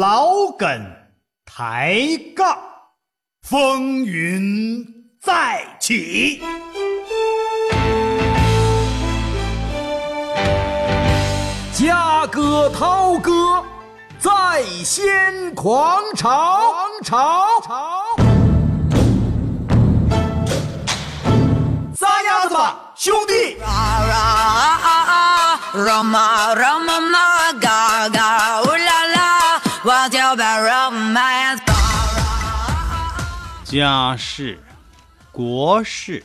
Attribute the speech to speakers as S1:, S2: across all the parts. S1: 老梗抬杠，风云再起。
S2: 嘉哥、涛哥在先狂潮，潮潮。
S1: 撒丫子吧，兄弟！
S3: Roma, Roma, ma, ga, ga, ooh la la, what's your bad romance?
S4: 家事、国事、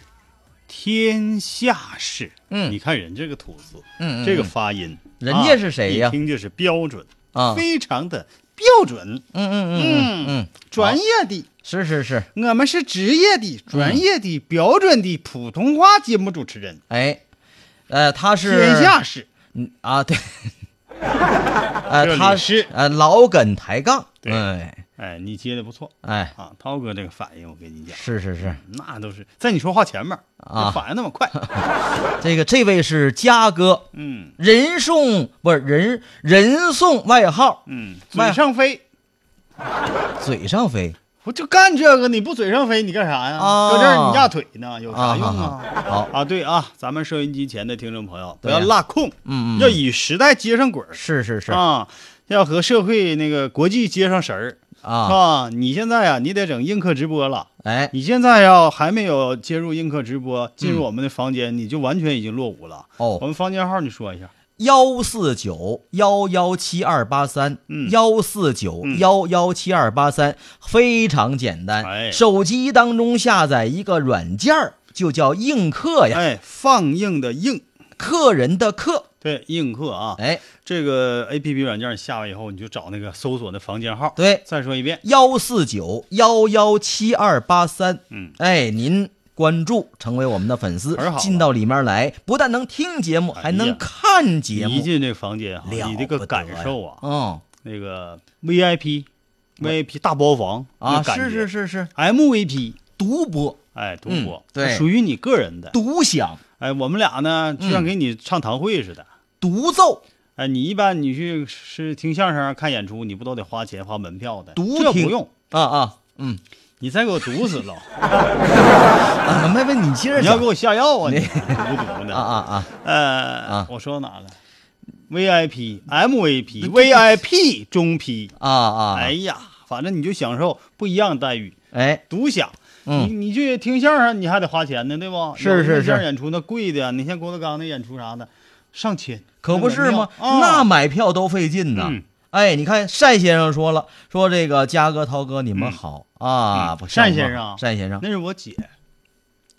S4: 天下事。
S5: 嗯
S4: 你看人这个吐字，
S5: 嗯嗯
S4: 这个发音，
S5: 人家是谁呀
S4: 啊一听就是标准
S5: 啊
S4: 非常的标准，
S5: 嗯嗯嗯嗯嗯，
S4: 专业的。
S5: 是是是，
S4: 我们是职业的、
S5: 嗯
S4: 专业的、标准的普通话节目主持人。
S5: 哎，呃，他是
S4: 天下事，
S5: 嗯 啊，对，呃，
S4: 这
S5: 他
S4: 里是
S5: 呃老梗抬杠，
S4: 对
S5: 哎
S4: 哎，你接的不错
S5: 哎，
S4: 啊，涛哥这个反应，我跟你讲，
S5: 是是是，
S4: 那都是在你说话前面
S5: 啊
S4: 反应那么快，
S5: 这个这位是嘉哥，
S4: 嗯
S5: 人送不是人人送外号
S4: 嗯，
S5: 慢
S4: 嘴上飞，
S5: 嘴上飞
S4: 我就干这个，你不嘴上飞，你干啥呀？
S5: 啊
S4: 搁这儿你压腿呢，有
S5: 啊，
S4: 啥用
S5: 好
S4: 啊？
S5: 好好，
S4: 啊，对啊，咱们收音机前的听众朋友，不
S5: 对呀
S4: 要落空，
S5: 嗯嗯
S4: 要与时代接上轨儿
S5: 是是是
S4: 啊，要和社会那个国际接上神儿
S5: 啊，
S4: 啊。你现在啊，你得整映客直播了。
S5: 哎
S4: 你现在要还没有接入映客直播，进入我们的房间，你就完全已经落伍了。我
S5: 哦，
S4: 们房间号你说一下，
S5: 幺四九幺幺七二八三
S4: 嗯，
S5: 幺四九幺幺七二八三，非常简单，
S4: 哎
S5: 手机当中下载一个软件儿就叫映客呀，
S4: 哎，放映的映，
S5: 客人的客，
S4: 对，映客啊，
S5: 哎，
S4: 这个 A P P 软件下完以后，你就找那个搜索的房间号。
S5: 对
S4: 再说一遍，
S5: 幺四九幺幺七二八三，
S4: 嗯，
S5: 哎，您关注成为我们的粉丝
S4: 很好，啊
S5: 进到里面来，不但能听节目，
S4: 哎呀
S5: 还能看节
S4: 你一
S5: 目，
S4: 进这个房间哈，
S5: 了
S4: 你这个
S5: 不得
S4: 感
S5: 呀
S4: 受啊，
S5: 嗯
S4: 那个 V I P V I P 大包房
S5: 啊，是是是是，
S4: M V P，
S5: 独播
S4: 哎，独
S5: 嗯
S4: 播，
S5: 对
S4: 属于你个人的。
S5: 独享
S4: 哎，我们俩呢，就
S5: 嗯
S4: 像给你唱堂会似的。
S5: 独奏
S4: 哎，你一般你去是听相声、啊看演出，你不都得花钱花门票的？
S5: 独
S4: 这
S5: 听
S4: 不用，
S5: 啊啊，嗯，
S4: 你再给我毒死 了，
S5: 啊，妹妹你接着
S4: 你要
S5: 讲
S4: 给我下药啊！你毒毒
S5: 啊
S4: 的
S5: 啊！啊，
S4: 呃
S5: 啊，
S4: 我说到哪了？VIP、MVP、VIP 中批，
S5: 啊啊，
S4: 哎呀，反正你就享受不一样的待遇，
S5: 哎，
S4: 独享。
S5: 嗯
S4: 你你去听相声，你还得花钱呢，对不？
S5: 是
S4: 有的
S5: 是是
S4: 相声演出那贵的，你像郭德纲那演出啥的，上千，
S5: 可不是吗？
S4: 那门票啊
S5: 那买票都费劲呐。
S4: 嗯
S5: 哎，你看单先生说了，说这个嘉哥、涛哥，你们好、啊！
S4: 嗯
S5: 不像话
S4: 单先生啊
S5: 单先生，
S4: 那是我姐，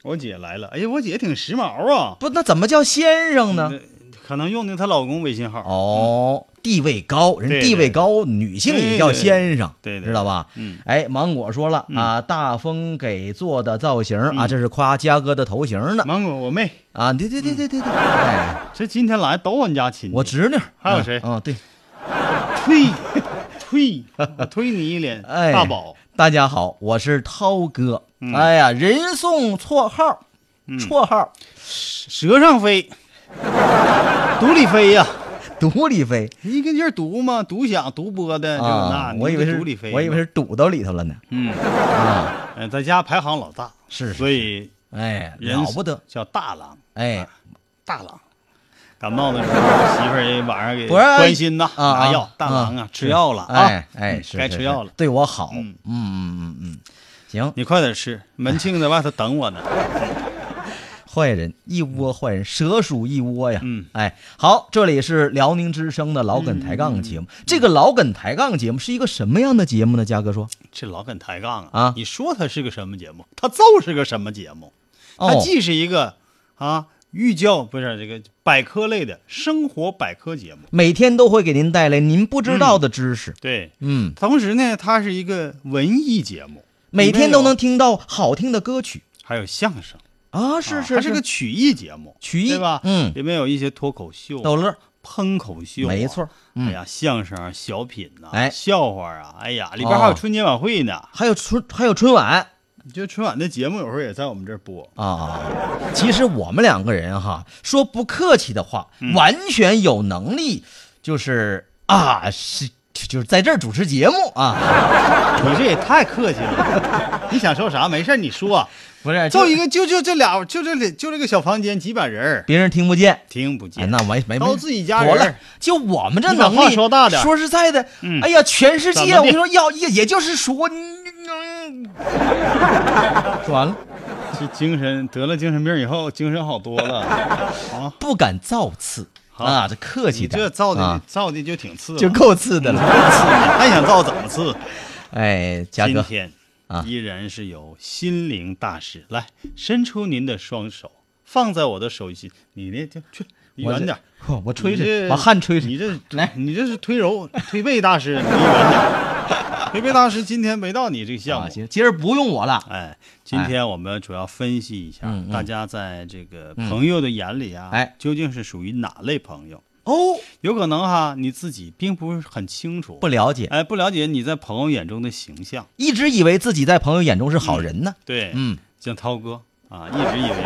S4: 我姐来了，哎呀，我姐挺时髦啊，
S5: 不，那怎么叫先生呢？
S4: 那可能用的她老公微信号。
S5: 哦，地位高，人
S4: 对
S5: 地位高，女性也叫先生，
S4: 对对对
S5: 知道吧？
S4: 嗯，
S5: 哎，芒果说了、啊，大风给做的造型、啊，这是夸嘉哥的头型呢
S4: 芒果我妹，
S5: 啊！对对对对对对，哎，
S4: 这今天来都我们家亲戚，
S5: 我侄女
S4: 还有谁
S5: 嗯，嗯对，
S4: 推 推我推你一脸，
S5: 哎，
S4: 大宝，，
S5: 大家好，我是涛哥。
S4: 嗯
S5: 哎呀，人送绰号，绰号
S4: 舌上飞， 独里飞呀、
S5: 独立飞
S4: 你跟这儿独吗？独享独播的这个那
S5: 啊，
S4: 你
S5: 我以为
S4: 哎就是独里飞，
S5: 我以为是堵到里头了呢。
S4: 嗯，
S5: 啊，
S4: 呃在家排行老大，
S5: 是
S4: 所以
S5: 哎，
S4: 人
S5: 了不得，
S4: 叫大郎，
S5: 哎，
S4: 大郎。感冒的时候，媳妇儿也晚上给
S5: 不是
S4: 关心呐，
S5: 啊
S4: 拿
S5: 啊
S4: 药。大郎啊
S5: 啊，
S4: 吃药了啊
S5: 哎，哎，是
S4: 该
S5: 是
S4: 吃
S5: 是
S4: 药了
S5: 对我好。嗯
S4: 嗯
S5: 嗯嗯嗯，行，
S4: 你快点吃。门庆在外头等我呢。
S5: 坏人一窝坏人，蛇鼠一窝呀。
S4: 嗯，
S5: 哎，好，这里是辽宁之声的老梗抬杠节目。
S4: 嗯
S5: 这个老梗抬杠节目是一个什么样的节目呢？嘉哥说，
S4: 这老梗抬杠
S5: 啊
S4: 你说它是个什么节目？它就是个什么节目？它
S5: 哦
S4: 既是一个啊寓教不是这个百科类的生活百科节目，
S5: 每天都会给您带来您不知道的知识。
S4: 对。
S5: 嗯
S4: 同时呢，它是一个文艺节目，
S5: 每天都能
S4: 里面
S5: 听到好听的歌曲
S4: 有，还有相声，
S5: 啊！
S4: 啊
S5: 是
S4: 它
S5: 是
S4: 是个曲艺节目，
S5: 曲艺
S4: 对吧？
S5: 嗯
S4: 里面有一些脱口秀、
S5: 逗乐儿，
S4: 喷口秀啊，
S5: 没错儿。嗯
S4: 哎呀，相声啊、小品呐、
S5: 哎哦
S4: 笑话啊，哎呀，里边还有春节晚会呢。
S5: 还有春还有春晚
S4: 就春晚的节目有时候也在我们这儿播，
S5: 啊！其实我们两个人哈，嗯说不客气的话，完全有能力，就是啊，是就就是在这儿主持节目啊，
S4: 你这也太客气了， 你想说啥？没事儿你说，
S5: 不是
S4: 就一
S5: 个
S4: 个就就这俩，就这里就这个小房间几百人儿，
S5: 别人听不见。
S4: 听不
S5: 哎，
S4: 见。
S5: 那没没
S4: 都
S5: 没，
S4: 自己家人
S5: 妥了。就我们这
S4: 你把
S5: 能
S4: 话
S5: 力，
S4: 说大点儿
S5: 说实在的，
S4: 嗯
S5: 哎呀，全世
S4: 怎么
S5: 界
S4: 地
S5: 我跟你说，要也也就是说，嗯嗯说 完了，
S4: 这精神得了精神病以后，精神好多 了。啊
S5: 不敢造次
S4: 好
S5: 啊，这客气
S4: 你
S5: 点儿，
S4: 这造的
S5: 啊
S4: 造的就挺次了，
S5: 就够次的了。
S4: 还想造怎么次？
S5: 哎， 嘉
S4: 今
S5: 哥，
S4: 天
S5: 啊
S4: 依然是由心灵大师来伸出您的双手，放在我的手心。你那就去离
S5: 我
S4: 远
S5: 这
S4: 点儿，
S5: 嚯我吹
S4: 你
S5: 吹，
S4: 这
S5: 把汗吹吹
S4: 你。这
S5: 来
S4: 你这是推揉推背大师，你离远点儿。推背大师今天没到你这个项
S5: 啊，
S4: 目，
S5: 行，今儿不用我了。
S4: 哎，今天我们主要分析一下，
S5: 嗯嗯嗯
S4: 大家在这个朋友的眼里啊，
S5: 哎
S4: 究竟是属于哪类朋友？
S5: 哦，
S4: 有可能哈，你自己并不是很清楚，
S5: 不了解，
S4: 哎，不了解你在朋友眼中的形象。
S5: 一直以为自己在朋友眼中是好人呢。
S4: 对，
S5: 嗯，
S4: 像涛哥啊，一直以为，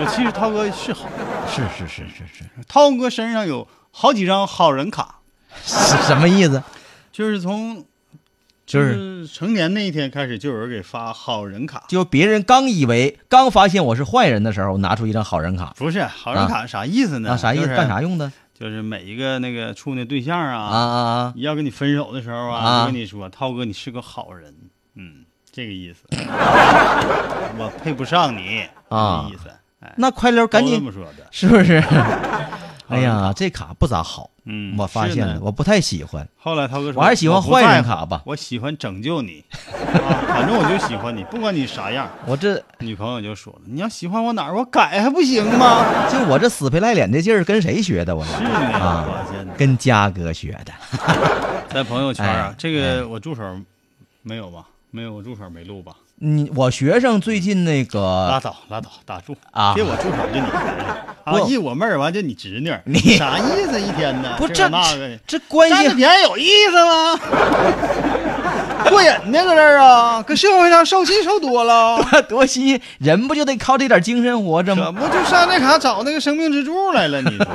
S4: 我其实涛哥是好，
S5: 是是是是是，
S4: 涛哥身上有好几张好人卡，
S5: 是 什么意思？
S4: 就是从
S5: 就是
S4: 成年那一天开始，就有人给发好人卡。
S5: 就别人刚以为刚发现我是坏人的时候，拿出一张好人卡，
S4: 不是好人卡是啥意思呢？
S5: 那啊啥意思？
S4: 就是啊
S5: 干啥用的？
S4: 就是每一个那个处那对象
S5: 啊啊啊！
S4: 要跟你分手的时候
S5: 啊
S4: 啊，我跟你说，涛哥，你是个好人，嗯，这个意思。 我配不上你
S5: 啊
S4: 这个意思。哎，
S5: 那快溜，赶
S4: 都这
S5: 紧
S4: 么，说的，
S5: 是不是？ 哎呀，这卡不咋好，
S4: 嗯，
S5: 我发现
S4: 是
S5: 了，
S4: 呢。
S5: 我不太喜欢。
S4: 后来涛哥说，
S5: 我还是喜欢
S4: 不在乎
S5: 坏人卡吧
S4: 我喜欢拯救你，啊，反正我就喜欢你，不管你啥样。
S5: 我这
S4: 女朋友就说了，你要喜欢我哪儿，我改还不行 吗？
S5: 就我这死皮赖脸这劲儿跟谁学的？我
S4: 是呢，
S5: 啊
S4: 我发现呢
S5: 跟嘉哥学的。
S4: 在朋友圈啊
S5: 哎，
S4: 这个我助手没有吧？没有，我助手没录吧？
S5: 你我学生最近那
S4: 拉
S5: 个
S4: 倒拉倒，打住
S5: 呃啊
S4: 给我住手 就你啊！
S5: 不
S4: 一我妹儿完就你侄女儿，
S5: 你
S4: 啥意思？一天呢？
S5: 不
S4: 这
S5: 这
S4: 个那个的，
S5: 这关
S4: 占着
S5: 系
S4: 便宜有意思吗？过瘾呢，搁这儿啊，搁社会上受气受多 了，
S5: 多新鲜，人不就得靠这点精神活着
S4: 怎
S5: 吗？
S4: 么就上那卡找那个生命支柱来了？你 说，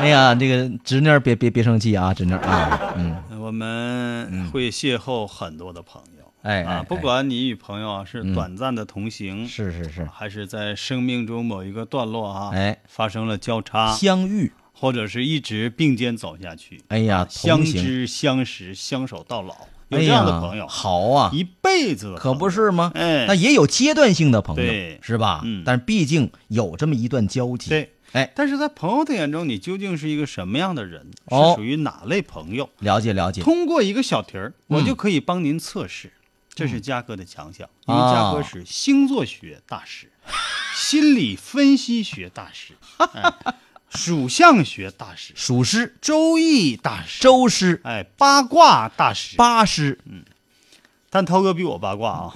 S5: 哎呀，这个侄女儿别别别生气啊，侄女儿啊，嗯，
S4: 我们会邂逅很多的朋友，
S5: 哎哎
S4: 啊，不
S5: 哎
S4: 管你与朋友啊是
S5: 嗯
S4: 短暂的同行，
S5: 是是是，
S4: 还是在生命中某一个段落啊，
S5: 哎
S4: 发生了交叉，
S5: 相遇，
S4: 或者是一直并肩走下去，
S5: 哎呀，
S4: 相
S5: 同行，
S4: 知相识，相守到老，有
S5: 哎
S4: 这
S5: 呀
S4: 样的朋友，
S5: 好啊，
S4: 一辈子的朋友
S5: 可不是吗？
S4: 哎
S5: 那也有阶段性的朋友
S4: 对，
S5: 是吧？
S4: 嗯
S5: 但毕竟有这么一段交集，
S4: 对。
S5: 哎，
S4: 但是在朋友的眼中，你究竟是一个什么样的人？
S5: 哦嗯
S4: 是属于哪类朋友？
S5: 了解了解，
S4: 通过一个小题儿，
S5: 嗯
S4: 我就可以帮您测试，这是嘉哥的强项，因
S5: 啊
S4: 为嘉哥是星座学大师、心理分析学大师、哎、属相学大师、
S5: 属师、
S4: 周易大师、
S5: 周师、
S4: 哎八卦大师。
S5: 八师，
S4: 但涛哥比我八卦啊，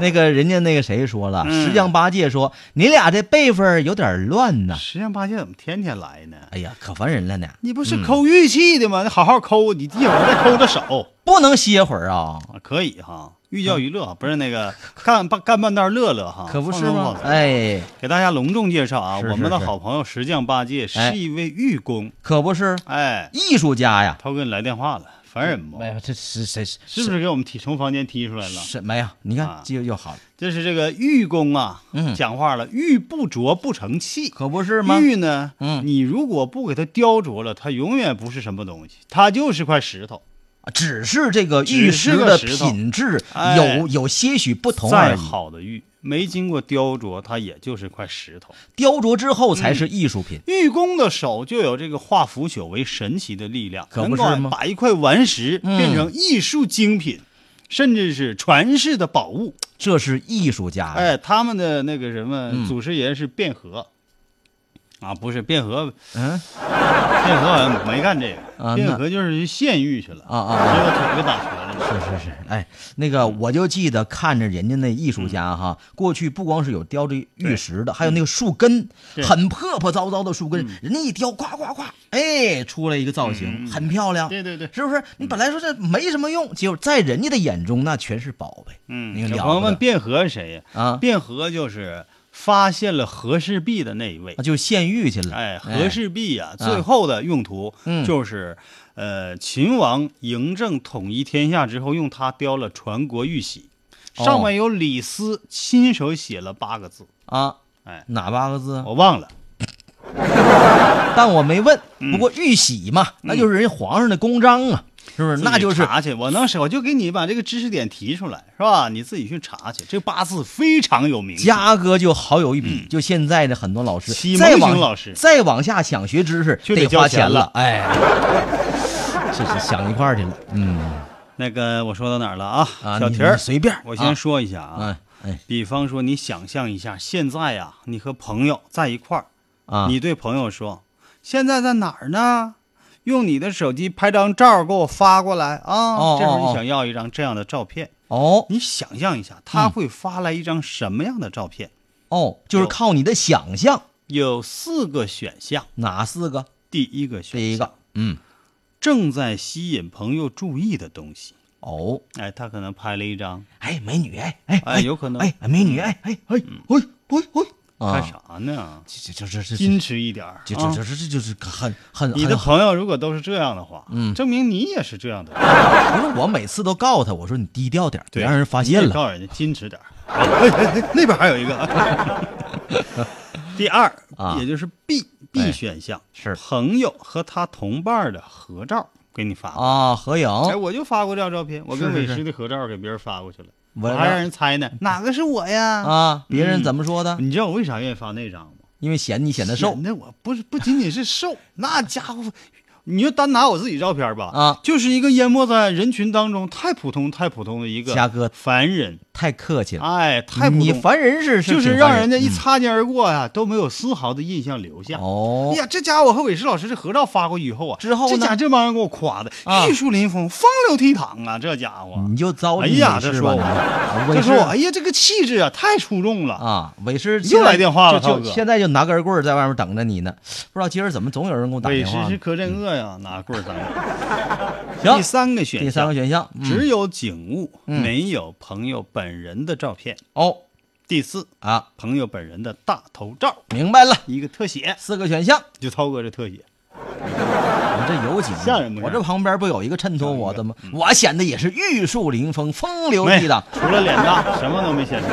S5: 那个人家那个谁说了，
S4: 嗯
S5: 石匠八戒说你俩这辈分儿有点乱呐。
S4: 实验八戒怎么天天来呢？
S5: 哎呀，可烦人了呢，
S4: 你不是抠玉器的吗？你好好抠，你一会儿再抠着手
S5: 不能歇会儿啊，
S4: 啊，可以哈。寓教于乐啊，不是那个干半干半道乐乐哈，
S5: 可不是
S4: 啊放松
S5: 吗
S4: 放？松
S5: 哎，
S4: 给大家隆重介绍啊，
S5: 是是
S4: 我们的
S5: 是
S4: 好朋友石匠八戒
S5: 哎
S4: 是一位玉工。
S5: 可不是，
S4: 哎，
S5: 艺术家呀。
S4: 涛哥你来电话了，烦人不？
S5: 哎呀，这是谁？是
S4: 是不是给我们踢从房间踢出来了？
S5: 什么呀？你看
S4: 啊
S5: 这又好了，
S4: 这是这个玉工啊，
S5: 嗯
S4: 讲话了，玉不琢不成器。
S5: 可不是吗？
S4: 玉呢，
S5: 嗯
S4: 你如果不给它雕琢了，它永远不是什么东西，它就是块石头。
S5: 只是这个
S4: 只
S5: 玉
S4: 是
S5: 石
S4: 个
S5: 的
S4: 石头
S5: 品质
S4: 哎
S5: 有有些许不同而
S4: 再
S5: 已，
S4: 好的玉，没经过雕琢，它也就是块石头。
S5: 雕琢之后才是艺术品。
S4: 玉工的手就有这个化腐朽为神奇的力量，
S5: 可不
S4: 能够
S5: 是吗
S4: 把一块顽石
S5: 嗯
S4: 变成艺术精品，甚至是传世的宝物。
S5: 这是艺术家呀，
S4: 哎，他们的那个什么、
S5: 哎嗯
S4: 祖师爷是卞和，啊，不是卞和，
S5: 嗯
S4: 卞和好像没干这个，
S5: 啊
S4: 卞
S5: 那
S4: 和就是去献玉去了，
S5: 啊啊
S4: 结
S5: 啊！
S4: 果腿给打折了嘛。
S5: 是是是，哎，那个我就记得看着人家那艺术家哈，
S4: 嗯
S5: 过去不光是有雕这玉石的，还有那个树根，
S4: 对嗯
S5: 很破破糟糟的树根，人家一雕，夸夸夸，哎，出来一个造型，很漂亮。
S4: 嗯对对对
S5: 是不是？你本来说这没什么用，结果在人家的眼中那全是宝贝。
S4: 嗯
S5: 你，看
S4: 小
S5: 了
S4: 朋友
S5: 不
S4: 问
S5: 得
S4: 卞和是谁呀？
S5: 啊
S4: 卞和就是发现了和氏璧的那一位
S5: 啊，。就献玉去了。
S4: 哎，和氏璧呀，
S5: 啊
S4: 最后的用途
S5: 嗯
S4: 就是，呃，秦王嬴政统一天下之后，用它雕了传国玉玺，
S5: 哦
S4: 上面有李斯亲手写了八个字，
S5: 啊，
S4: 哎，
S5: 哪八个字？啊
S4: 我忘了。
S5: 但我没问。
S4: 嗯
S5: 不过玉玺嘛，那就是人家皇上的公章啊，是不是？那就
S4: 自己
S5: 是
S4: 查去，我能是我就给你把这个知识点提出来，是吧？你自己去查去，这八字非常有名气。
S5: 嘉哥就好有一比。就现在的很多老师，
S4: 嗯启蒙
S5: 再
S4: 型
S5: 往
S4: 老师
S5: 再往下想学知识
S4: 就得交
S5: 花
S4: 钱
S5: 钱
S4: 了
S5: 了。哎，这是想一块儿去了。嗯
S4: 那个我说到哪儿了啊？
S5: 啊，
S4: 小
S5: 你
S4: 题儿
S5: 你，随便，
S4: 我
S5: 啊
S4: 先说一下
S5: 哎哎
S4: 比方说，你想象一下，现在呀、你和朋友在一块儿，
S5: 啊，
S4: 你对朋友说：“现在在哪儿呢？用你的手机拍张照给我发过来啊！”
S5: 哦
S4: 这时候
S5: 哦哦
S4: 你想要一张这样的照片，
S5: 哦
S4: 你想象一下，他会发来一张什么样的照片？
S5: 哦，就是
S4: 有
S5: 靠你的想象，
S4: 有四个选项，
S5: 哪四个？
S4: 第一个选项，
S5: 第一个，嗯，
S4: 正在吸引朋友注意的东西。
S5: 哦，
S4: 哎，他可能拍了一张，
S5: 哎，美女，哎哎
S4: 哎，有可能嗯
S5: 哎，美女，哎哎哎哎哎哎
S4: 干
S5: 啊！
S4: 啥呢？
S5: 这这这这这
S4: 矜持一点儿，
S5: 这
S4: 啊
S5: 这这这就是很很
S4: 你的
S5: 很
S4: 朋友如果都是这样的话，
S5: 嗯
S4: 证明你也是这样的人，
S5: 不是我每次都告诉他，我说你低调点儿，别
S4: 对
S5: 让人发现
S4: 你得
S5: 了。
S4: 告诉人家矜持点儿。 哎哎哎，那边还有一个。 第二
S5: 啊，
S4: 也就是 B
S5: 哎
S4: B 选项
S5: 是
S4: 朋友和他同伴的合照给你发。
S5: 啊，合影，
S4: 哎，我就发过这张照片，我
S5: 是
S4: 跟
S5: 是
S4: 伟
S5: 是
S4: 师的合照给别人发过去了，
S5: 我嗯
S4: 我还让人猜呢，哪个是我呀？
S5: 啊，别人怎么说的？
S4: 嗯你知道我为啥愿意发那张吗？
S5: 因为嫌你显得瘦
S4: 显得我不是不仅仅是 瘦，那家伙，你就单拿我自己照片吧，
S5: 啊
S4: 就是一个淹没在人群当中太普通太普通的一个
S5: 虾哥
S4: 凡人，
S5: 太客气了。
S4: 哎，太普通，
S5: 你烦人是
S4: 就是是
S5: 挺
S4: 让
S5: 烦
S4: 人家一
S5: 嗯
S4: 擦肩而过呀、都没有丝毫的印象留下。
S5: 哦
S4: 哎，呀，这家伙和韦氏老师这合照发过去以后啊，
S5: 之后呢
S4: 这家这帮人给我夸的
S5: 啊嗯
S4: 玉树临风、风流倜傥啊，这家伙，
S5: 你就糟
S4: 哎
S5: 践
S4: 呀，
S5: 你
S4: 这
S5: 是
S4: 说
S5: 吧？
S4: 我，
S5: 你
S4: 这
S5: 是
S4: 说我，哎呀，这个气质啊，太出众了。
S5: 啊，伟师
S4: 又
S5: 现在
S4: 来电话了
S5: 就
S4: 涛
S5: 就
S4: 哥
S5: 现在就拿根棍儿在外面等着你呢。不知道今儿怎么总有人给我打
S4: 韦
S5: 电
S4: 氏
S5: 话呢。
S4: 是柯镇恶呀，拿棍儿三个。第
S5: 行，
S4: 三个选项，
S5: 第三个选项，嗯
S4: 只有景物，
S5: 嗯
S4: 没有朋友本人的照片。
S5: 哦
S4: 第四，
S5: 啊，
S4: 朋友本人的大头照，
S5: 明白了，
S4: 一个特写，
S5: 四个选项，
S4: 就涛哥这特写，
S5: 我这有几个
S4: 吓人不
S5: 我
S4: 吓人
S5: 这旁边不有一个衬托我的吗？我显得也是玉树临风、风流
S4: 没
S5: 倜傥。
S4: 除了脸大，什么都没显示。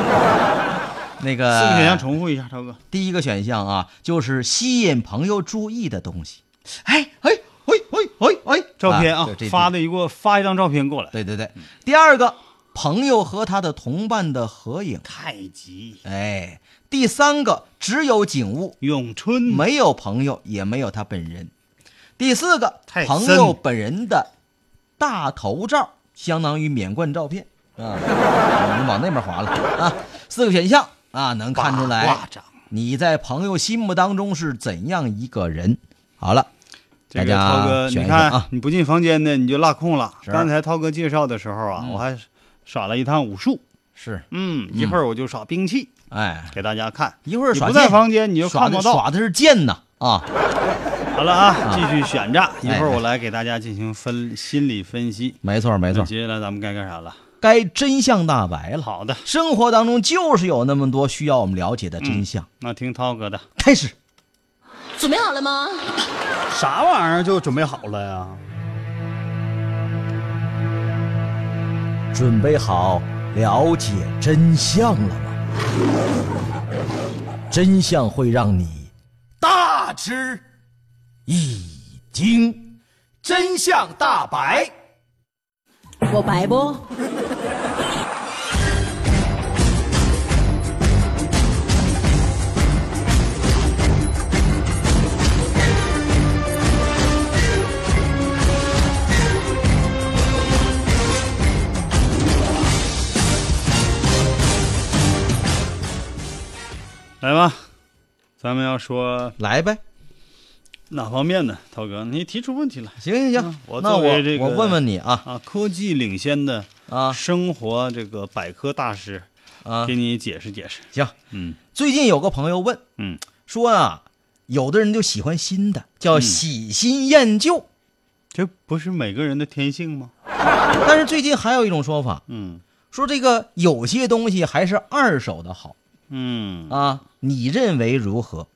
S5: 那
S4: 四个选项
S5: 个
S4: 重复一下，涛哥。
S5: 第一个选项啊，就是吸引朋友注意的东西。
S4: 哎哎
S5: 哎哎哎哎，
S4: 照片啊
S5: 对这，
S4: 发的一给我发一张照片过来，
S5: 对对对。第二个，朋友和他的同伴的合影。
S4: 太极、
S5: 哎，第三个，只有景物，
S4: 咏春，
S5: 没有朋友，也没有他本人。第四个，
S4: 太
S5: 朋
S4: 深
S5: 友本人的大头照，相当于免冠照片啊。 你往那边划了啊，四个选项啊，能看出
S4: 八
S5: 来
S4: 卦掌。
S5: 你在朋友心目当中是怎样一个人。好了，
S4: 这
S5: 大
S4: 个
S5: 家
S4: 涛哥，
S5: 选
S4: 你
S5: 一下
S4: 看
S5: 啊，
S4: 你不进房间呢，你就落空了。
S5: 是嗯
S4: 刚才涛哥介绍的时候啊，我还耍了一趟武术。
S5: 是，
S4: 嗯，一会儿我就耍兵器
S5: 哎，
S4: 给大家看。
S5: 一会儿
S4: 你
S5: 耍
S4: 不在
S5: 剑
S4: 房间你就
S5: 耍
S4: 看
S5: 的
S4: 不到。
S5: 耍的是剑呐啊。
S4: 好了啊，继续选战，一会
S5: 哎
S4: 儿我来给大家进行分心理分析。
S5: 没错，没
S4: 那
S5: 错，
S4: 接下来咱们该干啥了？
S5: 该真相大白了。
S4: 好的，
S5: 生活当中就是有那么多需要我们了解的真相。
S4: 那听涛哥的。
S5: 开始，
S6: 准备好了吗？
S1: 啥玩意儿就准备好了呀？
S5: 准备好了解真相了吗？真相会让你
S1: 大吃
S5: 一惊。
S1: 真相大白，
S6: 我白不？
S4: 来吧，咱们要说
S5: 来呗，
S4: 哪方面呢？涛哥，你提出问题来
S5: 行行行，
S4: 嗯我
S5: 那
S4: 作
S5: 我
S4: 为这个
S5: 我问问你啊
S4: 啊！科技领先的
S5: 啊
S4: 生活这个百科大师，
S5: 啊
S4: 给，你解释解释。
S5: 行。
S4: 嗯
S5: 最近有个朋友问
S4: 嗯，
S5: 说啊，有的人就喜欢新的，叫喜新厌旧，
S4: 这不是每个人的天性吗？
S5: 但是最近还有一种说法，
S4: 嗯，
S5: 说这个有些东西还是二手的好。
S4: 嗯，
S5: 啊，你认为如何？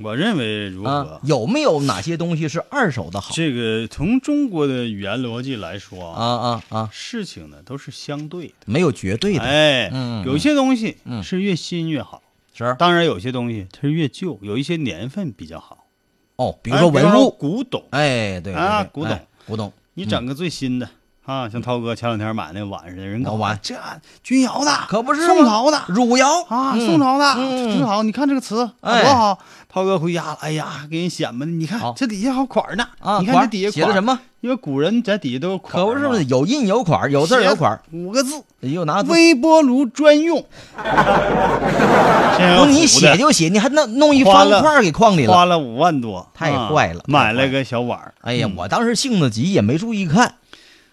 S4: 我认为如
S5: 啊
S4: 何，？
S5: 有没有哪些东西是二手的好？
S4: 这个从中国的语言逻辑来说
S5: 啊，啊啊，
S4: 事情呢都是相对的。
S5: 没有绝对的，
S4: 哎，
S5: 嗯
S4: 有些东西
S5: 嗯
S4: 是越新越好，
S5: 是
S4: 当然有些东西它是越旧，有一些年份比较好。
S5: 哦，比
S4: 哎比
S5: 如说文物，
S4: 古董，
S5: 哎，对对
S4: 啊
S5: 对
S4: 古董
S5: 哎古董，
S4: 你整个最新的啊，像涛哥前两天买那碗似的，人
S5: 那
S4: 搞
S5: 碗
S4: 这钧窑的，
S5: 可不是吗
S4: 宋朝的
S5: 汝窑
S4: 啊，
S5: 嗯
S4: 宋朝的
S5: 嗯
S4: 真好，你看这个瓷
S5: 哎
S4: 多好。涛哥回家了，哎呀，给人显摆的，你
S5: 好
S4: 看这底下还有款儿呢
S5: 啊，
S4: 你看
S5: 款
S4: 这
S5: 儿
S4: 底下
S5: 写的
S4: 款儿
S5: 什么？
S4: 因为古人在底下都有款
S5: 可
S4: 儿嘛，
S5: 不是吗？有印有款儿，有字儿有款儿，哎啊
S4: 写五个字，
S5: 又拿字。
S4: 微波炉专用。
S5: 不是你写就写，你还弄弄一
S4: 花
S5: 方
S4: 了
S5: 块儿给框里
S4: 花
S5: 了。
S4: 了五万多，
S5: 太
S4: 啊
S5: 坏了太
S4: 买
S5: 坏
S4: 了
S5: 了
S4: 个小碗儿。
S5: 哎呀，我当时性子急也没注意看。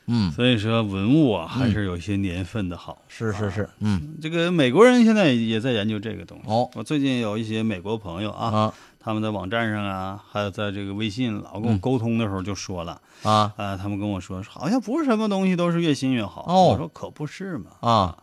S5: 嗯，
S4: 所以说文物啊，还是有些年份的好。
S5: 是是是，
S4: 啊
S5: 嗯
S4: 这个美国人现在也在研究这个东西。
S5: 哦
S4: 我最近有一些美国朋友啊，
S5: 啊
S4: 他们在网站上啊，还有在这个微信老
S5: 嗯
S4: 跟我沟通的时候就说了，
S5: 啊
S4: 呃，他们跟我说，好像不是什么东西都是越新越好。
S5: 哦
S4: 我说可不是嘛。
S5: 啊！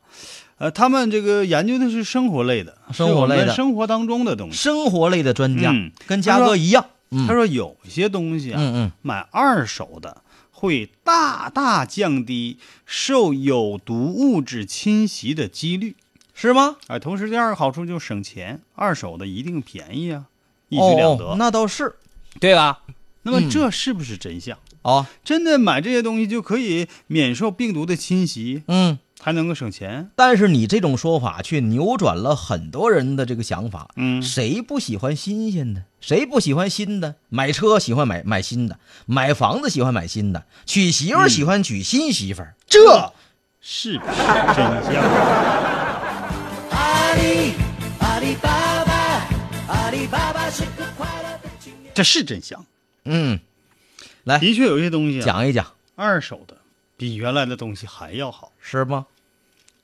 S4: 呃，他们这个研究的是生活类的，
S5: 生活类
S4: 是
S5: 的
S4: 我们生活当中的东西。
S5: 生活类的专家
S4: 嗯
S5: 跟嘉
S4: 他
S5: 哥
S4: 说
S5: 一样。嗯
S4: 他说有些东西啊，
S5: 嗯嗯
S4: 买二手的会大大降低受有毒物质侵袭的几率。
S5: 是吗？
S4: 哎，同时第二个好处就是省钱，二手的一定便宜啊，一举两得，
S5: 哦，那倒是
S4: 对吧？那么
S5: 嗯
S4: 这是不是真相？
S5: 哦，
S4: 真的买这些东西就可以免受病毒的侵袭，
S5: 嗯。
S4: 还能够省钱？
S5: 但是你这种说法却扭转了很多人的这个想法。
S4: 嗯
S5: 谁不喜欢新鲜的？谁不喜欢新的？买车喜欢买买新的，买房子喜欢买新的，娶媳妇儿喜欢娶新媳妇儿。
S4: 这是不是真相？这是真相，
S5: 嗯，来
S4: 的确有些东西、啊、
S5: 哎讲一讲
S4: 二手的比原来的东西还要好。
S5: 是吗？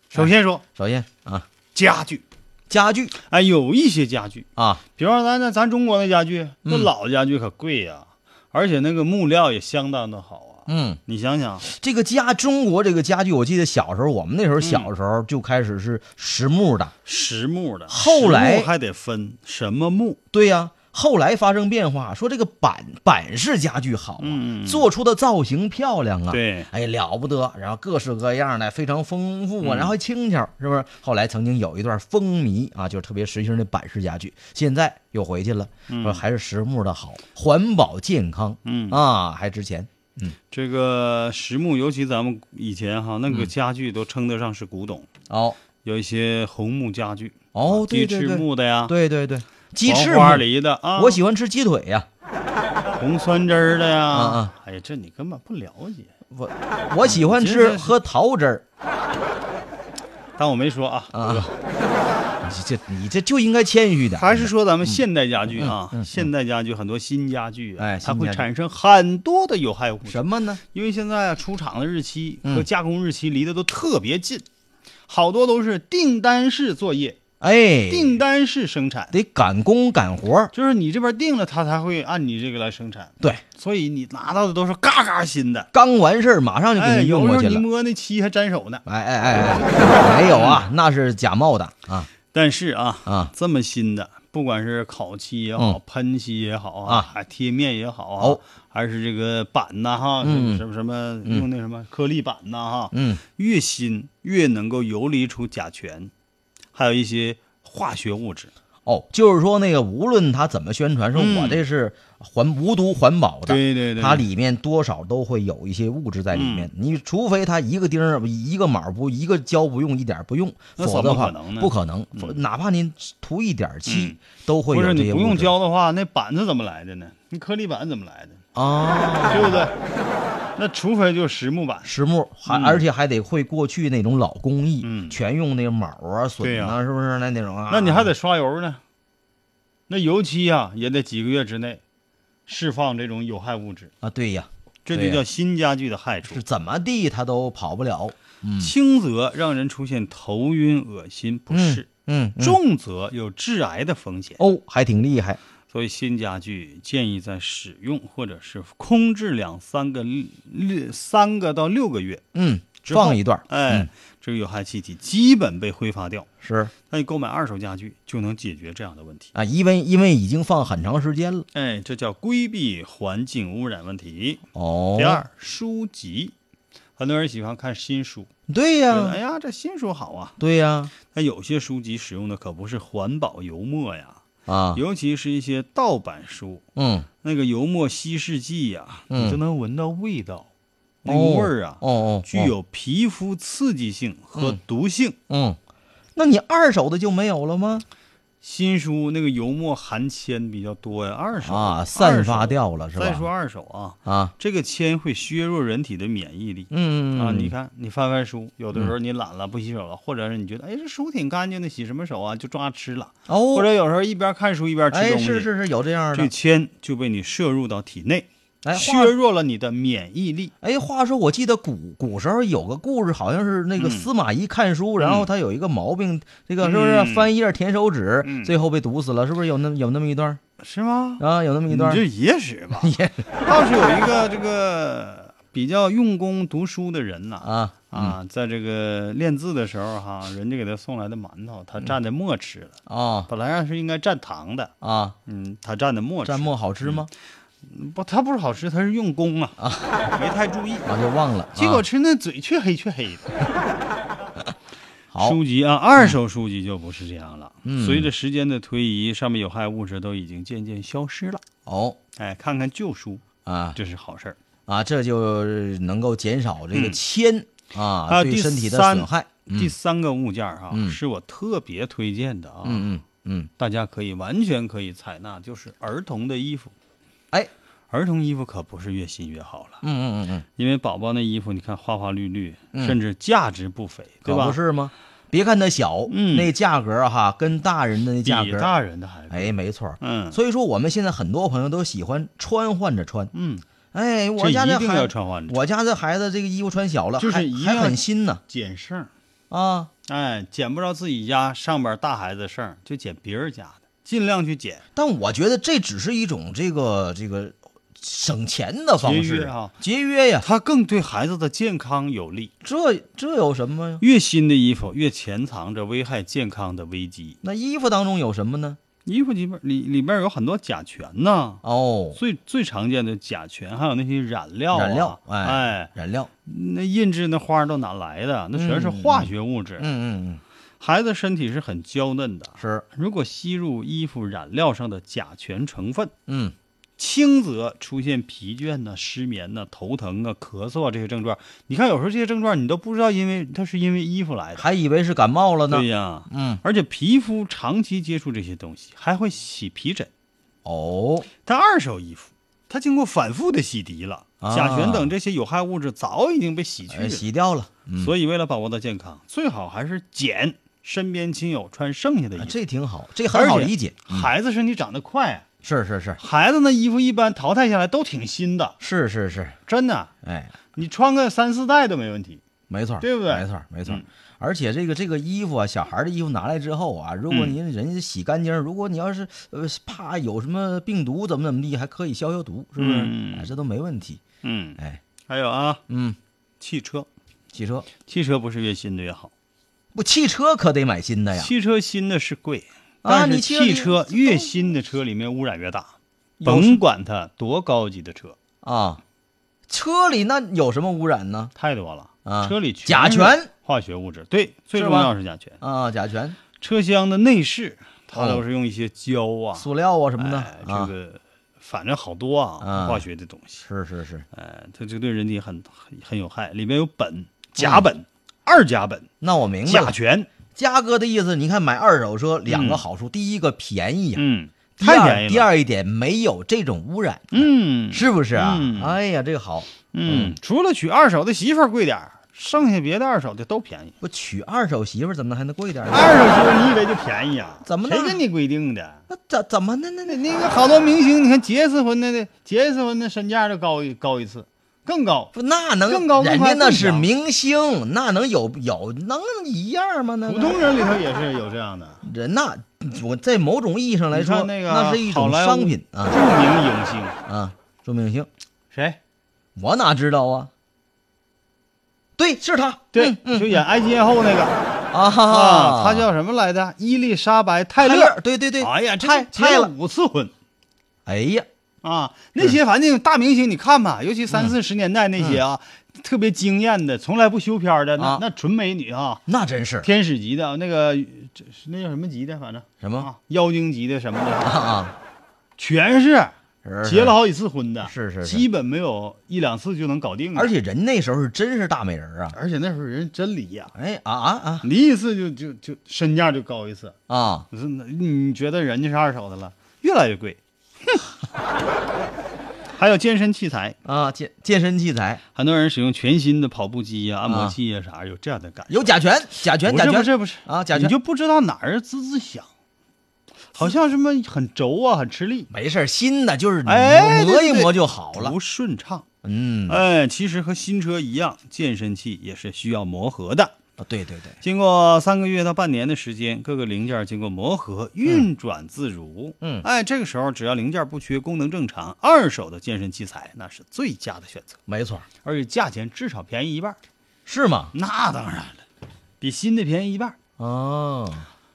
S4: 首先说
S5: 首先啊，
S4: 家具，
S5: 家具
S4: 哎，有一些家具，
S5: 啊，
S4: 比方说咱咱咱中国的家具，
S5: 嗯
S4: 那老家具可贵呀、而且那个木料也相当的好啊。
S5: 嗯，
S4: 你想想，
S5: 这个家中国这个家具，我记得小时候我们那时候小时候就开始是实木的，
S4: 实木的，
S5: 后来
S4: 实木还得分什么木，
S5: 对呀、后来发生变化，说这个板板式家具好啊，
S4: 嗯嗯嗯
S5: 做出的造型漂亮啊，
S4: 对
S5: 哎了不得，然后各式各样的，非常丰富
S4: 嗯
S5: 啊，然后还轻巧，是不是？后来曾经有一段风靡啊，就是特别时兴的板式家具，现在又回去了，说还是实木的好，环保健康，
S4: 嗯
S5: 啊，还值钱，
S4: 这个实木，尤其咱们以前
S5: 嗯
S4: 哈那个家具都称得上是古董，
S5: 哦
S4: 有一些红木家具，啊，
S5: 哦对
S4: 鸡
S5: 对
S4: 翅
S5: 对
S4: 木的呀，
S5: 对对对，鸡
S4: 黄
S5: 翅
S4: 花
S5: 木
S4: 梨的啊，
S5: 我喜欢吃鸡腿呀、
S4: 红酸枝儿的呀，
S5: 啊
S4: 哎呀，这你根本不了解，
S5: 我我喜欢
S4: 你啊真
S5: 吃
S4: 是
S5: 喝桃汁儿
S4: 当我没说啊，
S5: 啊，你这你这就应该谦虚点儿，
S4: 还是说咱们现代家具啊，
S5: 嗯嗯嗯嗯
S4: 现代家具很多新家具啊，
S5: 哎
S4: 它
S5: 新家
S4: 会
S5: 具
S4: 产生很多的有害物质。
S5: 什么呢？
S4: 因为现在啊出厂的日期
S5: 嗯
S4: 和加工日期离得都特别近，好多都是订单式作业、
S5: 哎，
S4: 订单式生产，
S5: 得赶工赶活儿
S4: 就是你这边定了，它才会按你这个来生产。
S5: 对，
S4: 所以你拿到的都是嘎嘎新的，
S5: 刚完事儿马上就给
S4: 哎，
S5: 您
S4: 有
S5: 用
S4: 时
S5: 过
S4: 候
S5: 去
S4: 你
S5: 了。
S4: 摸那漆还沾手呢。
S5: 哎哎哎哎，没有啊，那是假冒的啊
S4: 但是啊，
S5: 啊！
S4: 这么新的，不管是烤漆也好，
S5: 嗯
S4: 喷漆也好
S5: 啊
S4: 还贴面也好啊，
S5: 哦
S4: 还是这个板呐、哈，
S5: 嗯
S4: 什么什么用那什么颗粒板呐、哈，
S5: 嗯，
S4: 越新越能够游离出甲醛，还有一些化学物质。
S5: 哦，就是说那个，无论他怎么宣传，说
S4: 嗯
S5: 我这是环无毒环保的，
S4: 对对对嗯
S5: 它里面多少都会有一些物质在里面。你除非它一个钉儿、一个卯儿不、一个胶不用、一点儿不用，
S4: 那
S5: 否则
S4: 怎么
S5: 的话
S4: 可能呢嗯
S5: 不可能。否哪怕您涂一点儿漆，都会
S4: 不
S5: 有
S4: 是
S5: 这
S4: 你
S5: 些
S4: 不
S5: 物
S4: 用
S5: 质
S4: 胶的话，那板子怎么来的呢？你颗粒板怎么来的？
S5: 啊。
S4: 对不 对？那除非就是实木板。
S5: 实木，还
S4: 嗯
S5: 而且还得会过去那种老工艺，
S4: 嗯
S5: 全用那个卯啊、
S4: 对
S5: 榫
S4: 呀
S5: 啊，是不是那那种啊？
S4: 那你还得刷油呢，那油漆啊也得几个月之内释放这种有害物质，
S5: 啊，对呀，
S4: 这
S5: 对
S4: 就
S5: 呀
S4: 叫新家具的害处
S5: 是。嗯怎么地它都跑不了。
S4: 轻则让人出现头晕、恶心、不适，
S5: 嗯，嗯
S4: 重则有致癌的风险。
S5: 哦，还挺厉害。
S4: 所以新家具建议在使用或者是空置两三个六三个到六个月，
S5: 嗯，
S4: 之后
S5: 放一段
S4: 哎，
S5: 嗯
S4: 这个有害气体基本被挥发掉。
S5: 是
S4: 那你购买二手家具就能解决这样的问题。
S5: 啊，因为因为已经放很长时间了。
S4: 哎，这叫规避环境污染问题。
S5: 哦，
S4: 第二，书籍，很多人喜欢看新书，
S5: 对啊
S4: 觉得
S5: 呀、
S4: 哎呀这新书好啊。
S5: 对呀、
S4: 但有些书籍使用的可不是环保油墨呀，
S5: 啊，
S4: 尤其是一些盗版书，
S5: 嗯，
S4: 那个油墨稀释剂呀，
S5: 嗯
S4: 你就能闻到味道，那个味儿啊，
S5: 哦哦，
S4: 具有皮肤刺激性和毒性。
S5: 嗯，那你二手的就没有了吗？
S4: 新书那个油墨含铅比较多呀，二手
S5: 啊
S4: 二手
S5: 散发掉了是吧
S4: 再说二手啊，
S5: 啊，
S4: 这个铅会削弱人体的免疫力。
S5: 嗯
S4: 啊，你看，你翻翻书，有的时候你懒了不洗手了，或者是你觉得哎这书挺干净的，洗什么手啊，就抓吃了，
S5: 哦，
S4: 或者有时候一边看书一边吃
S5: 哎，
S4: 东西，
S5: 是是是，有这样
S4: 这
S5: 的。
S4: 铅就被你摄入到体内，
S5: 哎，话
S4: 削弱了你的免疫力。
S5: 哎，话说我记得古古时候有个故事，好像是那个
S4: 嗯
S5: 司马懿看书，然后他有一个毛病，这个是不是
S4: 嗯
S5: 翻页舔手指，
S4: 嗯
S5: 最后被毒死了？是不是有那有那么一段
S4: 是吗？
S5: 啊？有那么一
S4: 你
S5: 段，
S4: 这野史吧
S5: 也
S4: 倒是有一个这个比较用功读书的人呐、
S5: 啊
S4: 啊，在这个练字的时候哈、人家给他送来的馒头，他蘸的墨吃了。
S5: 哦
S4: 本来啊是应该蘸糖的，
S5: 啊，
S4: 嗯，他蘸的墨吃。嗯
S5: 蘸墨好吃吗？
S4: 不，他不是好吃，他是用功啊，没太注意。
S5: 我就忘了。
S4: 结果
S5: 啊
S4: 吃那嘴却黑却黑的。
S5: 好
S4: 书籍啊，二手书籍就不是这样了。
S5: 嗯
S4: 随着时间的推移，上面有害物质都已经渐渐消失了。
S5: 哦
S4: 哎，看看旧书，
S5: 啊
S4: 这是好事儿。
S5: 啊，这就能够减少这个
S4: 嗯
S5: 铅啊
S4: 还有
S5: 对
S4: 第
S5: 身体的
S4: 三
S5: 损害。嗯
S4: 第三个物件儿啊，
S5: 嗯
S4: 是我特别推荐的啊，
S5: 嗯嗯嗯，
S4: 大家可以完全可以采纳，就是儿童的衣服。
S5: 哎，
S4: 儿童衣服可不是越新越好了，
S5: 嗯嗯嗯嗯，
S4: 因为宝宝那衣服你看花花绿绿，甚至价值不菲，对
S5: 嗯可
S4: 吧？
S5: 不是吗？别看它小，
S4: 嗯
S5: 那价格啊哈，跟大人的那价
S4: 比
S5: 格，
S4: 大人的还贵。
S5: 哎，没错儿。
S4: 嗯
S5: 所以说，我们现在很多朋友都喜欢穿换着穿。
S4: 嗯，
S5: 哎，我
S4: 这
S5: 家
S4: 一
S5: 这
S4: 定
S5: 孩
S4: 要穿换着
S5: 我家这孩子这个衣服穿小了，
S4: 就是
S5: 还
S4: 一
S5: 还
S4: 定要
S5: 很新呢
S4: 捡剩儿，
S5: 啊。
S4: 哎，捡不着自己家上边大孩子剩儿，就捡别人家的，尽量去捡，
S5: 但我觉得这只是一种这个这个省钱的方式
S4: 节约啊，
S5: 节约呀。
S4: 它更对孩子的健康有利。
S5: 这这有什么呀？
S4: 越新的衣服越潜藏着危害健康的危机，
S5: 那衣服当中有什么呢？
S4: 衣服里面里里面有很多甲醛呐、
S5: 哦，
S4: 最最常见的甲醛，还有那些染料、啊，
S5: 染料，
S4: 哎
S5: 染料，
S4: 那印制那花儿都哪来的？那全是化学物质。
S5: 嗯嗯
S4: 孩子身体是很娇嫩的
S5: 嗯，，是，
S4: 如果吸入衣服染料上的甲醛成分，
S5: 嗯
S4: 轻则出现疲倦呐、失眠呐、头疼啊、咳嗽啊这些症状。你看，有时候这些症状你都不知道，因为它是因为衣服来的。
S5: 还以为是感冒了呢
S4: 对。呀、
S5: 嗯，
S4: 而且皮肤长期接触这些东西还会起皮疹。
S5: 哦，
S4: 但二手衣服，它经过反复的洗涤了，
S5: 啊
S4: 甲醛等这些有害物质早已经被洗去
S5: 哎
S4: 了。
S5: 洗掉了。嗯，
S4: 所以，为了保护到健康，最好还是捡身边亲友穿剩下的衣
S5: 啊
S4: 服。
S5: 这挺好，这很好
S4: 哎而且
S5: 理解。嗯
S4: 孩子身体长得快，啊
S5: 是是是
S4: 孩子那衣服一般淘汰下来都挺新的，
S5: 是是是，
S4: 真的，
S5: 哎，
S4: 你穿个三四代都没问题。
S5: 没错儿，
S4: 对不对
S5: 没错儿，没错儿
S4: 嗯。
S5: 而且这个这个衣服啊，小孩儿的衣服拿来之后啊，如果
S4: 嗯
S5: 您人家洗干净儿，如果你要是呃怕有什么病毒怎么怎么地，还可以消消毒，是不是？
S4: 嗯
S5: 哎，这都没问题。
S4: 嗯，
S5: 哎，
S4: 还有啊，
S5: 嗯，
S4: 汽车，
S5: 汽车
S4: 汽车不是越新的越好，
S5: 不，汽车可得买新的呀。
S4: 汽车新的是贵，
S5: 啊
S4: 但是
S5: 你汽车
S4: 汽车越新的车里面污染越大，甭管它多高级的车，
S5: 啊，车里那有什么污染呢？
S4: 太多了
S5: 啊
S4: 车里全
S5: 甲醛
S4: 是化学物质，对，最
S5: 是
S4: 重
S5: 吧
S4: 要是甲醛。
S5: 啊，甲醛、
S4: 车厢的内饰它
S5: 哦
S4: 都是用一些胶啊，
S5: 塑料啊什
S4: 什
S5: 么的
S4: 哎这
S5: 啊，
S4: 个反正好多啊，
S5: 啊
S4: 化学的东西。
S5: 是是是。
S4: 哎，它就对人体很很很有害，里面有苯、甲苯、二甲苯、
S5: 那我明白
S4: 甲
S5: 了，
S4: 醛，
S5: 嘉哥的意思，你看买二手车两个好处，第一个便宜呀、
S4: 嗯，
S5: 第
S4: 太
S5: 二
S4: 便宜了。
S5: 第，二一点，没有这种污染，
S4: 嗯，
S5: 是不是啊？
S4: 嗯
S5: 哎呀，这个好，
S4: 嗯，除了娶二手的媳妇儿贵点儿，剩下别的二手的都便宜。
S5: 不娶二手媳妇儿怎么能还能贵 点儿呢？啊
S4: 二手媳妇儿你以为就便宜啊？
S5: 怎么呢
S4: 谁跟你规定的？
S5: 那怎怎么的呢？
S4: 那
S5: 那
S4: 那个好多明星，你看结一次婚的，结一次婚的身价就高一高一次，更高。
S5: 不那能
S4: 更高更
S5: 人
S4: 宽
S5: 家那
S4: 更
S5: 是
S4: 强
S5: 明星，那能有有能一样吗？那
S4: 普
S5: 个
S4: 通人里头也是有这样的，
S5: 人那我在某种意义上来
S4: 你
S5: 说，
S4: 看那个
S5: 是一种
S4: 好莱坞
S5: 商品
S4: 著
S5: 啊
S4: 名影星嗯
S5: 啊！著名明星，
S4: 谁？
S5: 我哪知道啊？对对，是他，嗯
S4: 对，就演《埃及艳后》那个
S5: 啊，
S4: 嗯啊，他叫什么来着？伊丽莎白·泰
S5: 泰
S4: 勒。
S5: 勒，对对对，
S4: 哎呀，这
S5: 泰
S4: 结
S5: 泰
S4: 了
S5: 勒，
S4: 五次婚
S5: 哎呀，
S4: 啊！那些反正大明星，你看吧，尤其
S5: 嗯
S4: 三四十年代那些啊，特别惊艳的，从来不修片儿的，那
S5: 啊
S4: 那纯美女啊，
S5: 那真是
S4: 天使级的，那个这是那叫什么级的，反正
S5: 什么
S4: 啊，妖精级的什么的啊，
S5: 啊啊，
S4: 全是
S5: 是
S4: 结了，好几次婚的，
S5: 是是是
S4: 基本没有一两次就能搞定
S5: 是
S4: 的。
S5: 而且人那时候是真是大美人啊，
S4: 而且那时候人真离呀、
S5: 哎啊啊
S4: 离一次就就就身价就高一次。
S5: 啊啊，
S4: 你说那你觉得人家是二手的了，越来越贵。 还有健身器材，
S5: 啊健健身器材
S4: 很多人使用全新的跑步机呀、按摩器呀、啥，有这样的感觉。
S5: 有甲醛，甲醛，
S4: 不
S5: 甲
S4: 是不
S5: 醛
S4: 是不是
S5: 啊，甲
S4: 你
S5: 醛
S4: 就不知道哪儿滋滋响，好像什么很轴啊，很吃力，
S5: 没事儿，新的就是你
S4: 哎
S5: 磨
S4: 对
S5: 一
S4: 对
S5: 磨就好了
S4: 不，顺畅。
S5: 嗯，
S4: 哎，其实和新车一样，健身器也是需要磨合的。
S5: 啊对对对，
S4: 经过三个月到半年的时间，各个零件经过磨合，运转自如。
S5: 嗯
S4: 哎，这个时候只要零件不缺，功能正常，二手的健身器材那是最佳的选择，
S5: 没错，
S4: 而且价钱至少便宜一半。
S5: 是吗？
S4: 那当然了，比新的便宜一半。
S5: 哦，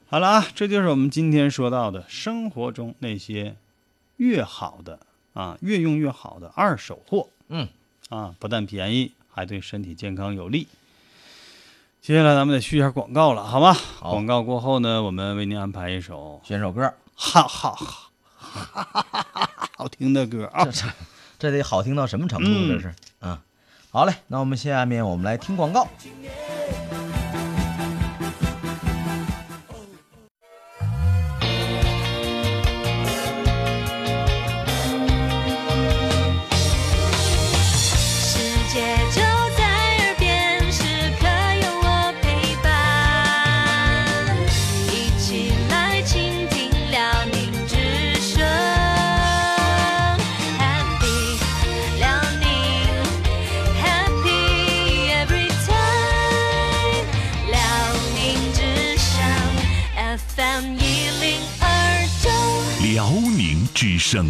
S4: 好了啊，这就是我们今天说到的生活中那些越好的啊，越用越好的二手货。
S5: 嗯，
S4: 啊，不但便宜，还对身体健康有利。接下来咱们得续一下广告了，好吗？广告过后呢，我们为您安排一首
S5: 选首歌，
S4: 哈哈哈哈好听的歌啊
S5: 这。这这得好听到什么程度？这是啊，好嘞，那我们下面我们来听广告。
S7: 世界就在耳边，时刻有我陪伴。一起来倾听辽宁之声，Happy 辽宁，Happy every time。辽宁之声 FM 一零二九。
S8: 辽宁之声。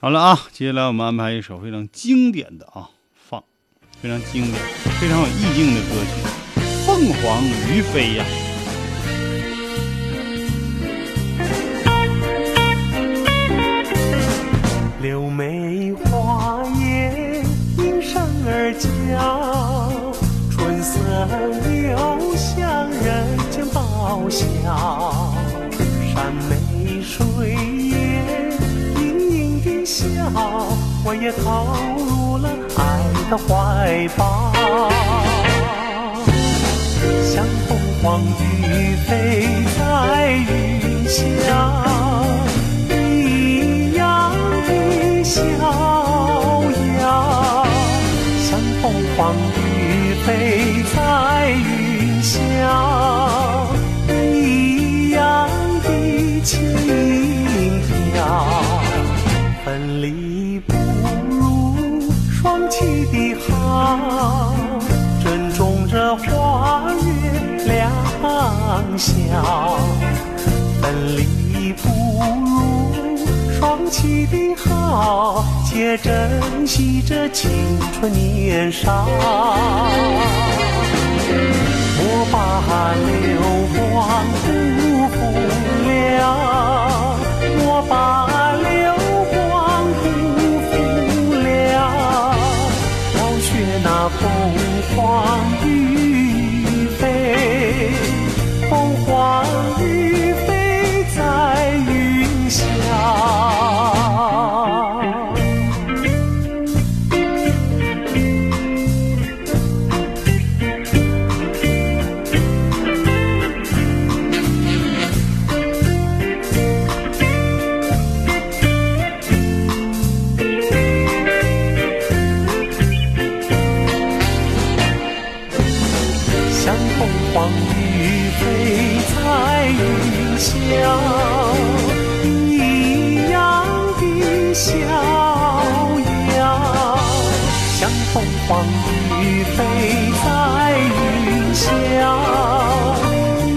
S4: 好了啊，接下来我们安排一首非常经典的啊放，非常经典、非常有意境的歌曲《凤凰于飞》呀、
S9: 柳梅花叶迎上而娇，春色留香，人间报晓。山梅水也盈盈地笑，我也投入了爱的怀抱。像凤凰于飞在云霄，一样的逍遥。像凤凰于飞在云霄，一样的轻飘。分离不如双栖的好，珍重这花月良宵。分离不如双栖的好，且珍惜这青春年少。莫把流光辜负了，莫把流光辜负了，要学那凤凰于飞，凤凰于飞在云霄。像凤凰于飞在云霄，一样的逍遥。像凤凰于飞在云霄，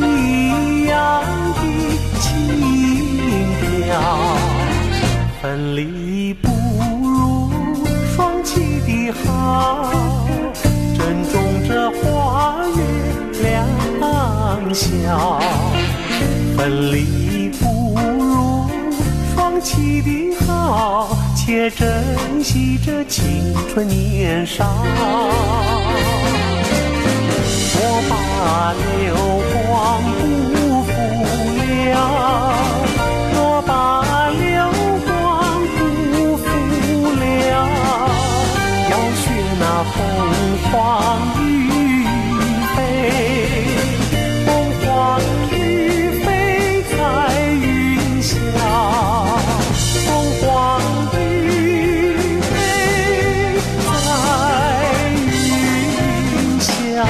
S9: 一样的轻飘。分离不如美好，珍重这花月良宵。分离不如双栖的好，且珍惜这青春年少。我把流光不负了，我把流光不负了，要学那凤凰于飞，凤凰于飞在云霄，凤凰于飞在云霄。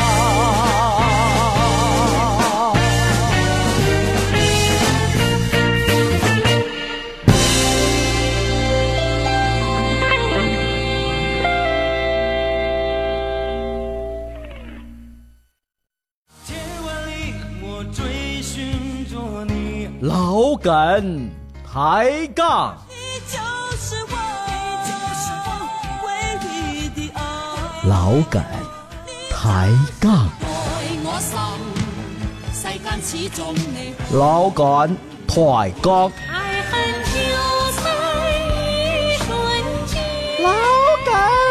S10: 夜晚里，我追寻着你，
S2: 老梗抬杠，
S10: 你就是我，你就是我唯一的爱。
S2: 老梗抬杠，
S7: 我心，世间始终你。
S2: 老梗抬杠，
S7: 爱恨就在一瞬间。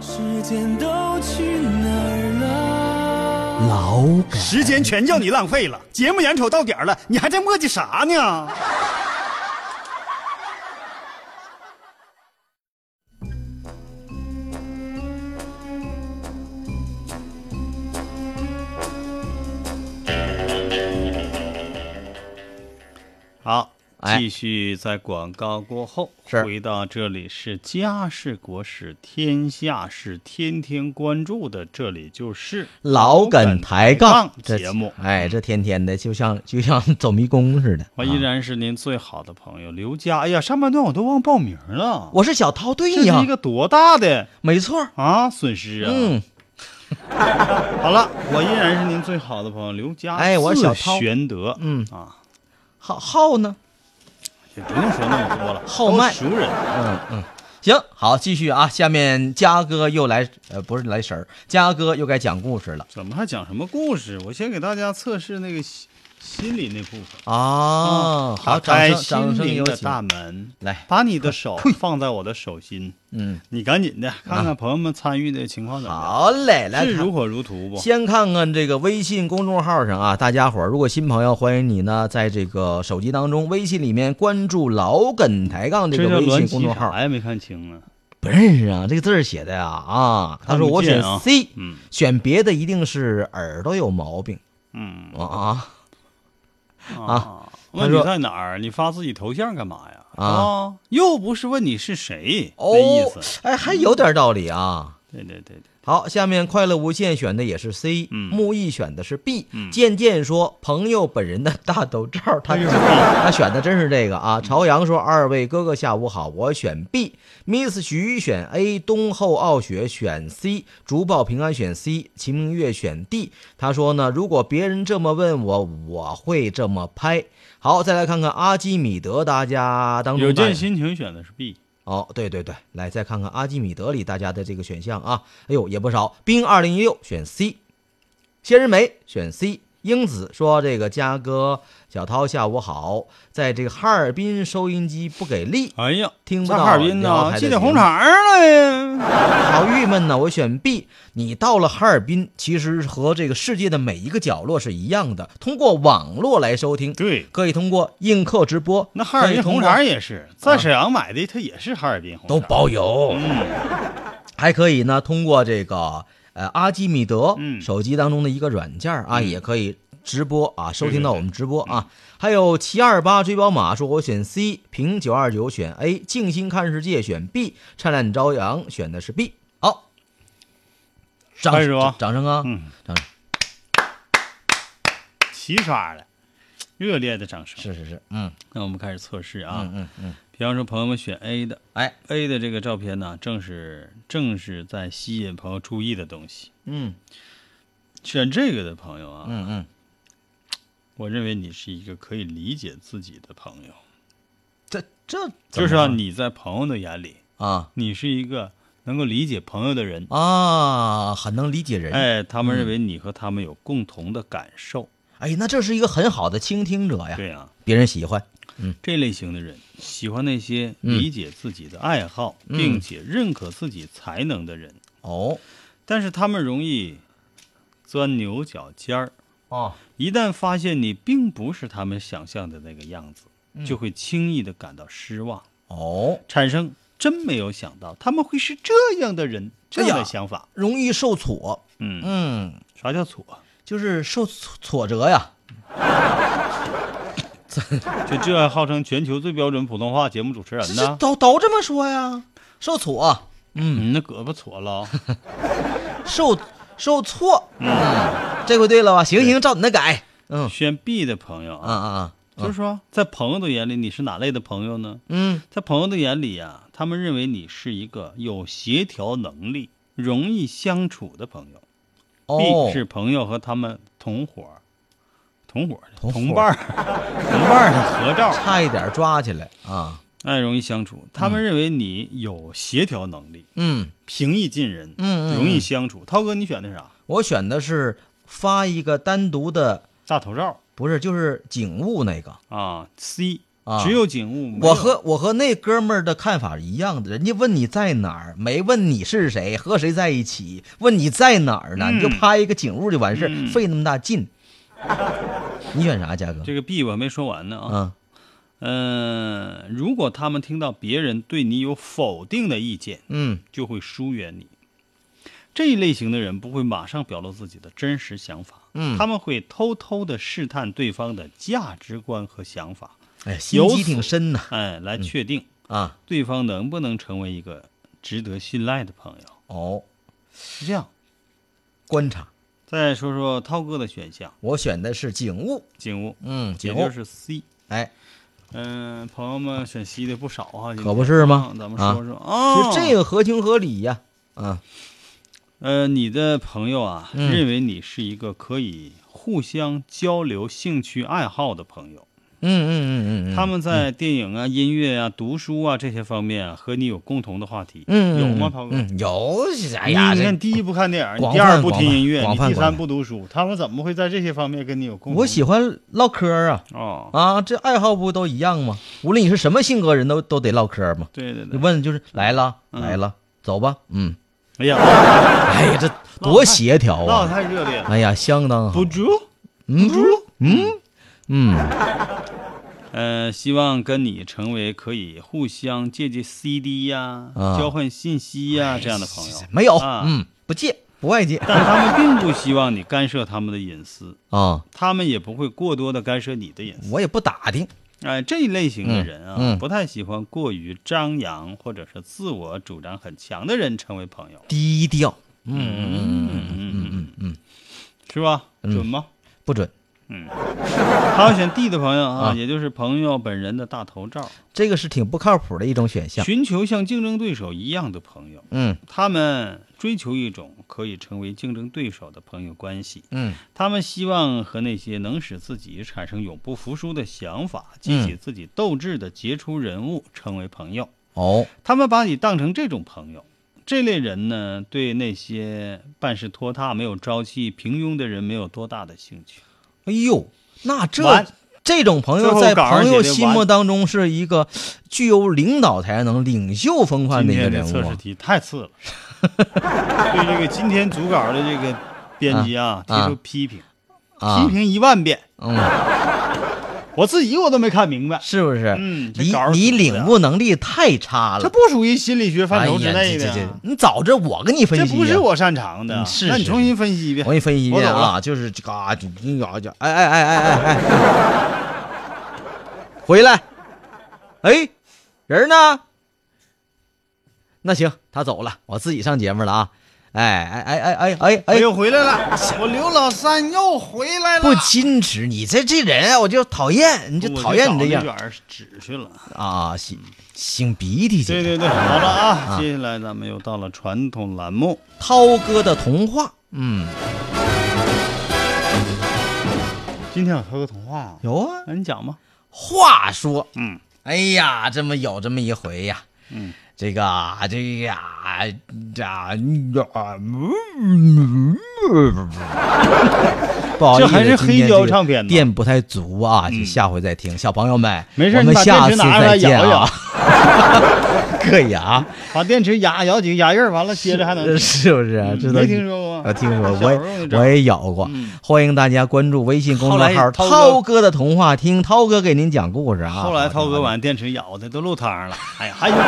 S10: 时间都去哪儿了？
S2: 老梗
S1: 时间全叫你浪费了，节目眼瞅到点儿了，你还在磨叽啥呢？
S4: 好，
S5: 哎
S4: 继续在广告过后，
S5: 是
S4: 回到这里是家事国事天下事，天天关注的，这里就是
S5: 老梗抬杠
S4: 这节目。
S5: 哎，这天天的就像就像走迷宫似的。
S4: 我依
S5: 啊
S4: 然是您最好的朋友刘佳。哎呀，上半段我都忘报名了，
S5: 我是小涛，对
S4: 这是
S5: 哎呀
S4: 一，个多大的
S5: 没错儿。
S4: 啊损失啊！
S5: 嗯，
S4: 好了，我依然是您最好的朋友刘佳。
S5: 哎我是小
S4: 字
S5: 涛
S4: 玄德，
S5: 嗯
S4: 啊，
S5: 好浩呢？
S4: 也不用说那么多了，
S5: 号脉
S4: 都熟人。
S5: 嗯嗯，行，好，继续啊。下面嘉哥又来，呃，不是来神儿，嘉哥又该讲故事了
S4: 怎么还讲什么故事？我先给大家测试那个心心理那部分。
S5: 啊。
S4: 打
S5: 好，掌
S4: 哦开
S5: 声，掌
S4: 心
S5: 声
S4: 灵
S5: 有
S4: 的
S5: 请。
S4: 大门，
S5: 来
S4: 把你的手放在我的手心，
S5: 嗯，
S4: 你赶紧的看看朋友们参与的情况怎么
S5: 好嘞，来
S4: 样，是
S5: 看
S4: 如火如荼不？
S5: 先看看这个微信公众号上啊，大家伙儿，如果新朋友，欢迎你呢，在这个手机当中微信里面关注“老梗抬杠”这
S4: 这叫
S5: 个微
S4: 栾
S5: 信公
S4: 棋
S5: 众号
S4: 啥。呀？没看清啊。
S5: 不认识啊，这个字儿写的呀啊，他说我选
S4: 看不见啊
S5: C，、
S4: 嗯
S5: 选别的一定是耳朵有毛病
S4: 嗯
S5: 啊啊，
S4: 啊，
S5: 他
S4: 问你
S5: 说
S4: 在哪儿？你发自己头像干嘛呀？哦
S5: 啊，
S4: 又不是问你是谁，
S5: 哦
S4: 这意思。，嗯
S5: 哎，还有点道理啊。
S4: 对对对对，
S5: 好，下面快乐无限选的也是 C，、
S4: 嗯
S5: 木易选的是 B，、
S4: 嗯
S5: 渐渐说朋友本人的大头照，他
S4: 哎
S5: 是
S4: 呦嗯
S5: 他选的真是这个啊。朝阳说二位哥哥下午好，我选 B，Miss 徐选 A，冬后傲雪选 C，竹报平安选 C，秦明月选 D。他说呢，如果别人这么问我，我会这么拍。好，再来看看阿基米德，大家当中
S4: 有
S5: 大
S4: 见
S5: 家
S4: 心情选的是 B，
S5: 哦，对对对，来再看看阿基米德里大家的这个选项啊，哎呦也不少。冰二零一六选 C，仙人梅选 C，英子说这个嘉哥小涛下午好，在这个哈尔滨收音机不给力，
S4: 哎呀，
S5: 听不
S4: 在
S5: 到
S4: 哈尔滨
S5: 辽
S4: 呢，
S5: 台
S4: 去点
S5: 的节目
S4: 红肠儿了呀。
S5: 好郁闷呐！我选 B。你到了哈尔滨，其实和这个世界的每一个角落是一样的，通过网络来收听，
S4: 对
S5: 可以通过映客直播，
S4: 那哈尔滨红
S5: 可以通过
S4: 肠也是在沈阳买的，它也是哈尔滨红肠。
S5: 啊都包邮。
S4: 嗯
S5: 还可以呢，通过这个呃阿基米德
S4: 嗯
S5: 手机当中的一个软件啊，也可以直播啊，收听到
S4: 对对
S5: 我们直播啊。还有七二八追宝马说，我选 C，平九二九选 A，静心看世界选 B，灿烂朝阳选的是 B。好，掌
S4: 开始吧
S5: 掌声啊！
S4: 嗯，
S5: 掌声
S4: 齐刷的，热烈的掌声。
S5: 是是是，嗯
S4: 那我们开始测试啊。
S5: 嗯嗯嗯，
S4: 比方说，朋友们选 A 的
S5: 哎
S4: A 的这个照片呢，正是正是在吸引朋友注意的东西。
S5: 嗯
S4: 选这个的朋友啊，
S5: 嗯嗯，
S4: 我认为你是一个可以理解自己的朋友。
S5: 这这
S4: 就是啊，你在朋友的眼里，
S5: 啊
S4: 你是一个能够理解朋友的人，
S5: 啊，很能理解人。
S4: 哎，他们认为你和他们有共同的感受，
S5: 哎，那这是一个很好的倾听哎者呀，
S4: 对啊，
S5: 别人喜欢。
S4: 这类型的人喜欢那些理解自己的爱好，
S5: 嗯
S4: 并且认可自己才能的人，
S5: 哦
S4: 但是他们容易钻牛角尖儿，
S5: 哦，
S4: 一旦发现你并不是他们想象的那个样子，
S5: 嗯
S4: 就会轻易的感到失望，
S5: 哦，
S4: 产生真没有想到他们会是这样的人这样的想法。
S5: 容易受挫。
S4: 嗯，
S5: 嗯，
S4: 啥叫挫？
S5: 就是受挫挫折呀。
S4: 就这号称全球最标准普通话节目主持人
S5: 这这
S4: 呢？
S5: 都都这么说呀，受挫，
S4: 嗯，那胳膊挫了，哦
S5: 受受挫。嗯，这回对了吧？行行，照你的改。嗯
S4: 选 B 的朋友
S5: 啊
S4: 啊，
S5: 啊
S4: 就是说，在朋友的眼里，你是哪类的朋友呢？
S5: 嗯，
S4: 在朋友的眼里啊，他们认为你是一个有协调能力、容易相处的朋友。
S5: 哦
S4: B 是朋友和他们同伙儿、同伙儿、
S5: 同伙
S4: 同 伴儿、同伴儿的合照，
S5: 差一点抓起来啊。
S4: 爱容易相处。他们认为你有协调能力，
S5: 嗯，
S4: 平易近人，
S5: 嗯嗯嗯
S4: 容易相处。涛哥，你选的啥？
S5: 我选的是发一个单独的，
S4: 大头照
S5: 不是就是警务那个。
S4: 啊，C
S5: 啊
S4: 只有警务，没有
S5: 我和我和那哥们儿的看法一样的，人家问你在哪儿，没问你是谁和谁在一起，问你在哪儿呢，
S4: 嗯
S5: 你就拍一个景物就完事儿，
S4: 嗯
S5: 费那么大劲。你选啥，嘉哥？
S4: 这个 B 我还没说完呢啊。
S5: 嗯，
S4: 嗯、如果他们听到别人对你有否定的意见，
S5: 嗯
S4: 就会疏远你。这一类型的人不会马上表露自己的真实想法，
S5: 嗯
S4: 他们会偷偷的试探对方的价值观和想法，
S5: 哎，心
S4: 有
S5: 机
S4: 所
S5: 挺深呐
S4: 哎，来确定
S5: 啊！
S4: 对方能不能成为一个值得信赖的朋友。
S5: 哦，
S4: 是这样，
S5: 观察，
S4: 再说说涛哥的选项，
S5: 我选的是景物，
S4: 警务，
S5: 嗯，
S4: 也
S5: 景物
S4: 就，是 C。
S5: 哎，
S4: 嗯、朋友们选 C 的不少啊，今天
S5: 可不是吗
S4: 啊咱们
S5: 啊
S4: 说说啊，
S5: 其
S4: 哦
S5: 实这个合情合理呀。啊，
S4: 呃，你的朋友啊，
S5: 嗯
S4: 认为你是一个可以互相交流兴趣爱好的朋友。
S5: 嗯嗯嗯嗯嗯，
S4: 他们在电影啊、音乐啊、读书啊这些方面啊，和你有共同的话题，
S5: 嗯
S4: 有吗，涛哥？
S5: 嗯，有，哎呀，
S4: 你
S5: 这
S4: 看，第一不看电影，
S5: 广
S4: 你第二
S5: 泛
S4: 不
S5: 广
S4: 听
S5: 泛
S4: 音乐，
S5: 广
S4: 你
S5: 泛
S4: 第
S5: 广
S4: 三
S5: 泛
S4: 不读书，他们怎么会在这些方面跟你有共同？
S5: 我喜欢唠嗑啊。
S4: 哦，
S5: 啊，这爱好不都一样吗？无论你是什么性格，人都都得唠嗑嘛。
S4: 对对
S5: 你
S4: 对，
S5: 问就是来了，
S4: 嗯
S5: 来了，走吧，嗯。
S4: 哎呀，
S5: 哎呀，这多协调
S4: 唠得
S5: 啊！
S4: 太热烈了，
S5: 哎呀，相当好
S4: 不。足。
S5: 嗯嗯嗯，
S4: 呃，希望跟你成为可以互相借借 CD 呀、
S5: 啊
S4: 交换信息呀、这样的朋友，
S5: 没有，
S4: 啊
S5: 嗯，不借，不外借
S4: 但他们并不希望你干涉他们的隐私，
S5: 啊。
S4: 他们也不会过多的干涉你的隐私。
S5: 我也不打听。
S4: 哎，这一类型的人啊，
S5: 嗯嗯
S4: 不太喜欢过于张扬或者是自我主张很强的人成为朋友。
S5: 低调
S4: 嗯嗯嗯嗯，是吧？准吗？
S5: 不准，
S4: 还有选 D 的朋友啊，
S5: 啊
S4: 也就是朋友本人的大头照，
S5: 这个是挺不靠谱的一种选项。
S4: 寻求像竞争对手一样的朋友，
S5: 嗯
S4: 他们追求一种可以成为竞争对手的朋友关系。
S5: 嗯
S4: 他们希望和那些能使自己产生永不服输的想法、激起自己斗志的杰出人物成为朋友。
S5: 哦
S4: 他们把你当成这种朋友。这类人呢，对那些办事拖沓、没有朝气、平庸的人没有多大的兴趣。
S5: 哎呦，那这
S4: 完
S5: 这种朋
S4: 最
S5: 友
S4: 后
S5: 在
S4: 稿儿
S5: 朋友
S4: 写的
S5: 心
S4: 完
S5: 目当中是一个具有领导才能、领袖风范
S4: 今
S5: 的一个
S4: 天这
S5: 人
S4: 测
S5: 物
S4: 试
S5: 啊。
S4: 题太次了， 对这个今天组稿的这个编辑啊提
S5: 啊
S4: 出批评，
S5: 啊
S4: 批，评一万遍，
S5: 嗯，
S4: 我自己我都没看明白，
S5: 是不是？
S4: 嗯这
S5: 你
S4: 稿儿
S5: 你
S4: 挺对
S5: 领
S4: 啊
S5: 悟能力太差
S4: 这
S5: 了。
S4: 不属于心理学范畴之内
S5: 哎呀这
S4: 的
S5: 这这
S4: 啊，，
S5: 你早知道我跟你分析
S4: 这
S5: 呀，
S4: 不是我擅长的
S5: 嗯。是
S4: 那你
S5: 是
S4: 重新分析一遍，
S5: 我给你分析一
S4: 我
S5: 遍
S4: 走了
S5: 啊，就是这嘎就就就哎哎哎哎哎哎， 回来，哎，人呢？那行，他走了，我自己上节目了啊！哎哎哎哎哎哎
S4: 我
S5: 哎，
S4: 又回来了，我刘老三又回来了。
S5: 不矜持，你这这人啊我就讨厌，你就讨厌你这
S4: 我
S5: 样
S4: 就找那卷纸去了。
S5: 啊，擤擤鼻涕
S4: 对
S5: 去。
S4: 对对，好了啊，接下来咱们又到了传统栏目，
S5: 涛哥的童话，嗯，
S4: 今天有涛哥童话啊，
S5: 有啊。
S4: 哎那你讲吧。
S5: 话说，
S4: 嗯，
S5: 哎呀，这么有这么一回呀，嗯，这个啊这个啊这 啊嗯，不好意
S4: 这
S5: 思，
S4: 还是
S5: 今天
S4: 黑胶
S5: 这个
S4: 唱片呢嗯
S5: 电不太足啊，就下回再听。小朋友们，
S4: 没事
S5: 我们
S4: 你把
S5: 下
S4: 电池
S5: 次
S4: 拿出来
S5: 再见
S4: 摇一
S5: 啊。 可 以啊，
S4: 把电池压摇几个压印儿，完了接着还能听
S5: 呃是不是？知道
S4: 嗯没听说过吗
S5: 我听说过，我
S4: 小时候就
S5: 也
S4: 这
S5: 我
S4: 样嗯
S5: 也咬过。欢迎大家关注微信公众
S4: 后来
S5: 号“
S4: 涛哥
S5: 涛哥的童话听”，涛哥给您讲故事啊。
S4: 后来涛哥把电池咬的都漏 汤了，哎呀，还有呢，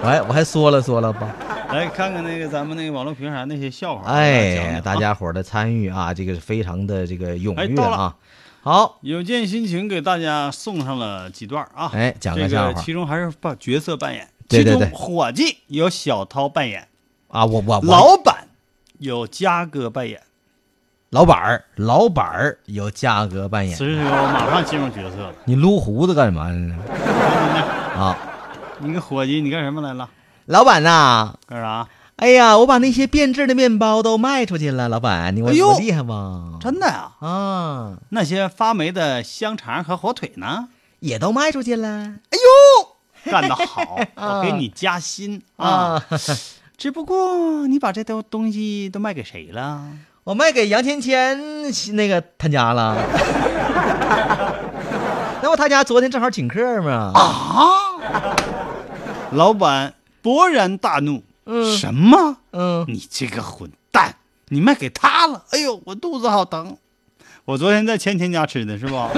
S5: 我还我还说了说了吧。
S4: 来看看那个咱们那个网络平台那些笑话，讲啊
S5: 哎，
S4: 讲
S5: 大家伙儿的参与啊，这个是非常的这个踊
S4: 哎
S5: 跃
S4: 到
S5: 啊。好，
S4: 有件心情给大家送上了几段啊，
S5: 哎讲个
S4: 这
S5: 笑
S4: 个
S5: 话
S4: 其中还是把角色扮演，
S5: 对对
S4: 其
S5: 对
S4: 中伙计由小涛扮演，
S5: 啊，我我我
S4: 老板由嘉哥扮演，
S5: 老板儿，老板儿由嘉哥扮演
S4: 此。时此刻我马上进入角色了。
S5: 你撸胡子干什么呢？ 啊，
S4: 你个伙计，你干什么来了？
S5: 老板呐、
S4: 干啥？
S5: 哎呀，我把那些变质的面包都卖出去了，老板，你我、
S4: 哎呦
S5: 我厉害吧？
S4: 真的呀、
S5: 啊，
S4: 那些发霉的香肠和火腿 呢？
S5: 也都卖出去了
S4: 干得好，我给你加薪啊！
S5: 啊！
S4: 只不过你把这都东西都卖给谁了？
S5: 我卖给杨芊芊那个他 家了。那不他家昨天正好请客嘛？
S4: 啊老板勃然大怒：“什么？
S5: 嗯，
S4: 你这个混蛋！你卖给他了！哎呦，我肚子好疼！我昨天在芊芊家吃的是 吧？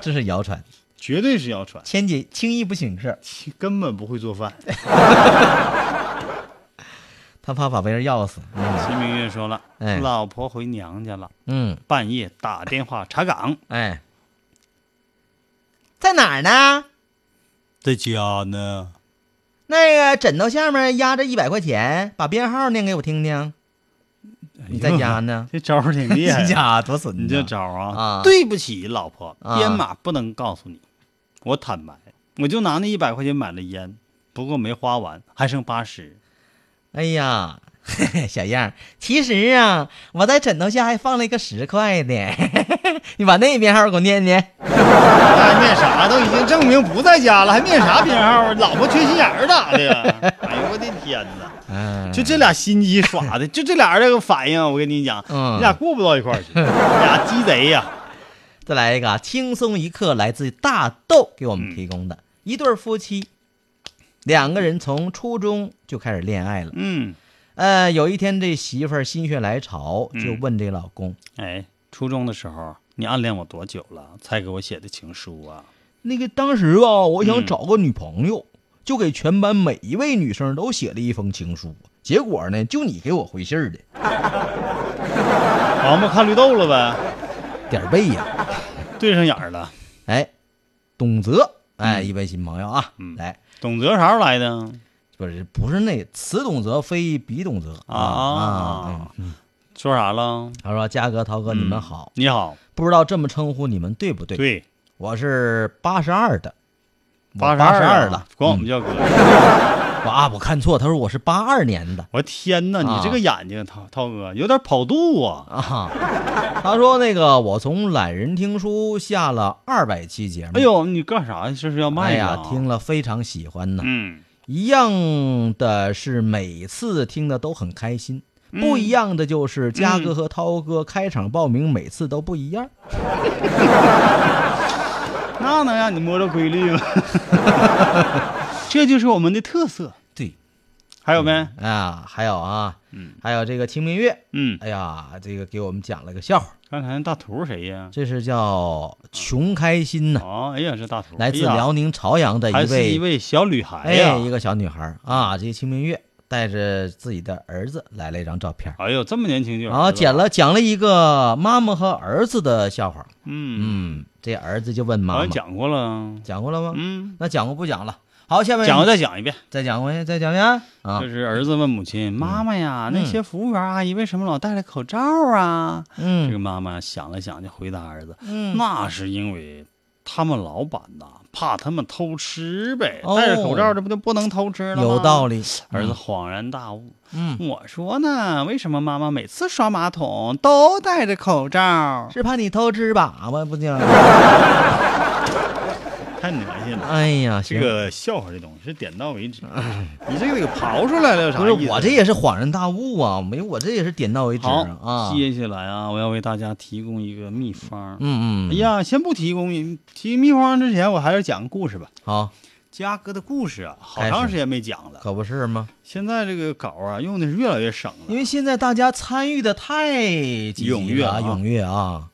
S5: 这是谣传，
S4: 绝对是谣传，
S5: 芊姐轻易不请客，
S4: 根本不会做饭。”
S5: 她怕把别人要死。
S4: 秦明月说了：“
S5: 哎
S4: 老婆回娘家了，
S5: 嗯，
S4: 半夜打电话查岗，
S5: 哎，在哪儿呢？
S4: 在家呢。
S5: 那个枕头下面压着一百块钱，把编号念给我听听。你在家呢？
S4: 这招儿挺厉害
S5: 你
S4: 啊，
S5: 家多 损！
S4: 你这招儿啊
S5: 啊！
S4: 对不起，老婆，
S5: 啊
S4: 编码不能告诉你。我坦白，我就拿那一百块钱买了烟，不过没花完，还剩八十。
S5: 哎呀， 小样儿，其实啊，我在枕头下还放了一个十块的， 你把那编号给我念念。
S4: 还面啥？都已经证明不在家了，还面啥编号？啊老婆缺心眼儿咋的呀？ 哎呦我的天哪！
S5: 嗯，
S4: 就这俩心机耍的，就这俩人这个反应，我跟你讲，
S5: 嗯
S4: 你俩过不到一块儿 去，你俩鸡贼呀！
S5: 再来一个啊，轻松一刻，来自大豆给我们提供的、一对夫妻，两个人从初中就开始恋爱了。
S4: 嗯，
S5: 呃，有一天这媳妇儿心血来潮，就
S4: 嗯
S5: 问这老公：“
S4: 哎，初中的时候你暗恋我多久了？才给我写的情书啊？
S5: 那个当时吧，我想
S4: 嗯
S5: 找个女朋友，就给全班每一位女生都写了一封情书。结果呢，就你给我回信儿的，
S4: 王八看绿豆了呗，
S5: 点儿背呀、
S4: 对上眼儿了。
S5: 哎，董泽，哎，一位新朋友啊，
S4: 嗯
S5: 来，
S4: 董泽啥时候来的？
S5: 不是不是那此董泽非彼董泽啊
S4: 啊
S5: 嗯
S4: 说啥了？
S5: 他说：“嘉哥、涛哥，你们
S4: 嗯
S5: 好，
S4: 你好，
S5: 不知道这么称呼你们对不对？
S4: 对，
S5: 我是八十二的，
S4: 八啊
S5: 十二
S4: 了
S5: 了，，
S4: 管我们
S5: 嗯
S4: 叫哥。
S5: 我啊，我看错，他说我是八二年的
S4: 我天哪，你这个眼睛，涛涛哥有点跑肚啊！
S5: 啊。他说那个我从懒人听书下了二百期节目，
S4: 哎，呦，你干啥呀？这是要
S5: 哎
S4: 卖
S5: 呀
S4: 啊，
S5: 听了非常喜欢呢。
S4: 嗯，
S5: 一样的是每次听的都很开心，
S4: 嗯
S5: 不一样的就是嘉哥和涛哥开场报名每次都不一样。
S4: 嗯那能让你摸着规 律吗？这就是我们的特色。
S5: 对，
S4: 还有没？
S5: 啊，还有啊，
S4: 嗯
S5: 还有这个清明月，
S4: 嗯，
S5: 哎呀，这个给我们讲了个笑话，
S4: 刚才那大图谁呀？
S5: 这是叫穷开心呐，
S4: 哦，哎呀，这大头
S5: 来自辽宁朝阳的
S4: 哎呀还
S5: 一
S4: 是一
S5: 位
S4: 位小女孩呀
S5: 哎，一个小女孩啊，这个清明月带着自己的儿子来了一张照片，
S4: 哎呦，这么年轻就有
S5: 然后
S4: 儿子
S5: 讲了讲了一个妈妈和儿子的笑话，
S4: 嗯，
S5: 嗯，这儿子就问妈
S4: 好
S5: 妈
S4: 像讲过了，
S5: 讲过了吗？
S4: 嗯，
S5: 那讲过不讲了？好，下面
S4: 讲过再讲一遍。
S5: 再讲过再讲一遍啊
S4: 就，是儿子问母亲：“妈妈呀，
S5: 嗯
S4: 那些服务员阿姨为什么老戴着口罩啊？”这个
S5: 嗯
S4: 妈妈想了想，就回答儿子：“
S5: 嗯，
S4: 那是因为他们老板呐，怕他们偷吃呗，
S5: 哦
S4: 戴着口罩这不就不能偷吃了吗？”
S5: 有道。理，
S4: 儿子恍然大悟：“
S5: 嗯，
S4: 我说呢，为什么妈妈每次刷马桶都戴着口罩？”
S5: 啊是怕你偷吃粑粑不就？
S4: 太恶心了。
S5: 哎呀，
S4: 这
S5: 行，
S4: 个笑话这东西是点到 为止，你这个给刨出来了有啥
S5: 不
S4: 意
S5: 是
S4: 思？
S5: 我这也是恍然大悟啊，没我这也是点到为止啊
S4: 好，
S5: 啊，
S4: 接下来啊，我要为大家提供一个秘方。
S5: 嗯嗯，
S4: 哎，呀，先不提供提秘方之前，我还是讲个故事吧。
S5: 好，
S4: 嘉哥的故事啊，好
S5: 开始
S4: 长时间没讲了。
S5: 可不是吗？
S4: 现在这个稿啊，用的是越来越省了
S5: 因。为现在大家参与的太积极了
S4: 踊跃
S5: 啊，
S4: 啊
S5: 踊跃啊，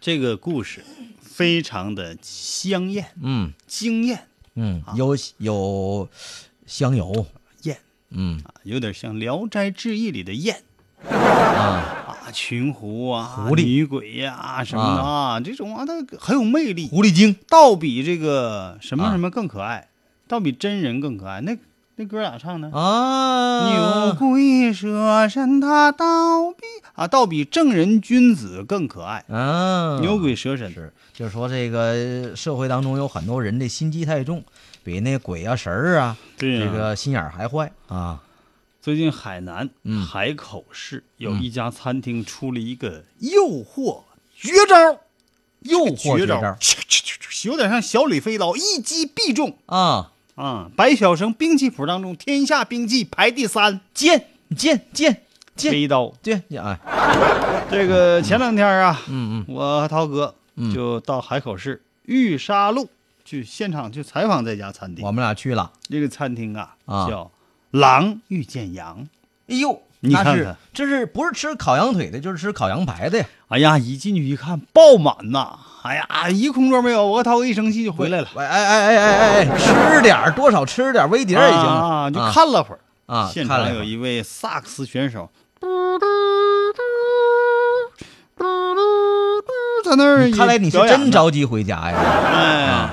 S4: 这个故事非常的香艳、
S5: 嗯
S4: 惊艳，
S5: 嗯
S4: 啊，
S5: 有有香油，
S4: 艳
S5: 嗯
S4: 啊有点像《聊斋志异》里的艳
S5: 啊，
S4: 啊，群狐啊、
S5: 狐狸
S4: 女鬼呀、什么的啊，这种啊，它很有魅力，
S5: 狐狸精，
S4: 倒比这个什么
S5: 啊
S4: 什么更可爱，倒比真人更可爱。那那歌咋唱的？
S5: 啊，
S4: 牛鬼蛇神他倒比啊，倒比正人君子更可爱。
S5: 啊，
S4: 牛鬼蛇神
S5: 是，就是说这个社会当中有很多人的心机太重，比那鬼啊神儿啊，
S4: 对呀
S5: 这个心眼儿还坏啊，
S4: 最近海南、
S5: 嗯
S4: 海口市有一家餐厅出了一个诱惑绝招，
S5: 诱惑
S4: 绝
S5: 绝
S4: 招
S5: 招，
S4: 有点像小李飞刀，一击必中
S5: 啊，
S4: 啊！百晓生兵器谱当中，天下兵器排第三，剑
S5: 剑剑剑，
S4: 飞刀。
S5: 对，哎，
S4: 这个前两天啊，
S5: 嗯嗯
S4: 我和涛哥
S5: 嗯
S4: 就到海口市玉沙路去现场去采访这家餐厅
S5: 我。们俩去了，
S4: 这个餐厅啊，
S5: 啊
S4: 叫“狼遇见羊
S5: 哎呦，
S4: 你
S5: 那
S4: 看
S5: 是
S4: 看
S5: 这是不是吃烤羊腿的，就是吃烤羊排的呀。”。
S4: 哎呀，一进去一看，爆满呐！哎呀，一个空桌没有。我和涛哥一生气就回来了，
S5: 喂，哎哎哎哎哎，吃点儿多少吃点儿微碟儿也行
S4: 啊，就看了会儿。
S5: 啊，
S4: 现
S5: 看
S4: 场
S5: 了
S4: 有一位萨克斯选手，在那儿
S5: 你嗯看来你是真
S4: 找
S5: 着急回家呀？
S4: 哎，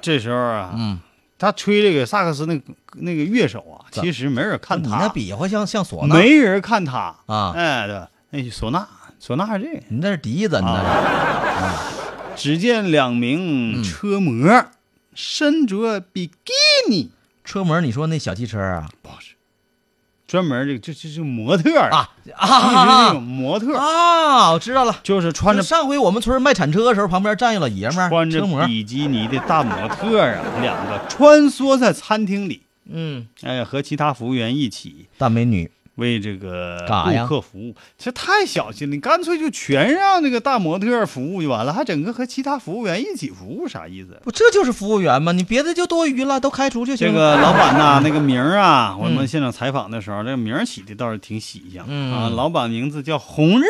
S4: 这时候啊，
S5: 嗯，
S4: 他吹这个萨克斯那个那个乐手啊，
S5: 咋
S4: 其实没人看
S5: 你
S4: 他，
S5: 那比划像像唢呐，
S4: 没人看他
S5: 啊
S4: 哎，对吧？那唢呐，唢呐是这个。
S5: 你那是笛子，你那是
S4: 只见两
S5: 嗯
S4: 名车模、身着比基尼，
S5: 车模。你说那小汽车啊
S4: 不是专门这个就就就模特儿
S5: 啊，
S4: 就是那
S5: 啊
S4: 种模特儿，
S5: 啊！我知道了，
S4: 就是穿
S5: 就
S4: 着
S5: 上回我们村卖铲车的时候，旁边站一老爷们儿，
S4: 穿
S5: 车
S4: 着
S5: 模，
S4: 比基尼的大模特儿啊，两个穿梭在餐厅里，
S5: 嗯，
S4: 哎，和其他服务员一起
S5: 大美女，
S4: 为这个
S5: 干啥呀
S4: 顾客服务，这太小心了，你干脆就全让那个大模特儿服务就完了，还整个和其他服务员一起服务，啥意思？
S5: 不，这就是服务员吗？你别的就多余了，都开除就啊
S4: 这
S5: 行了。
S4: 个老板呐、那个名儿 啊，我们现场采访的时候，这个名儿起的倒是挺喜庆、
S5: 嗯
S4: 啊。老板名字叫红日，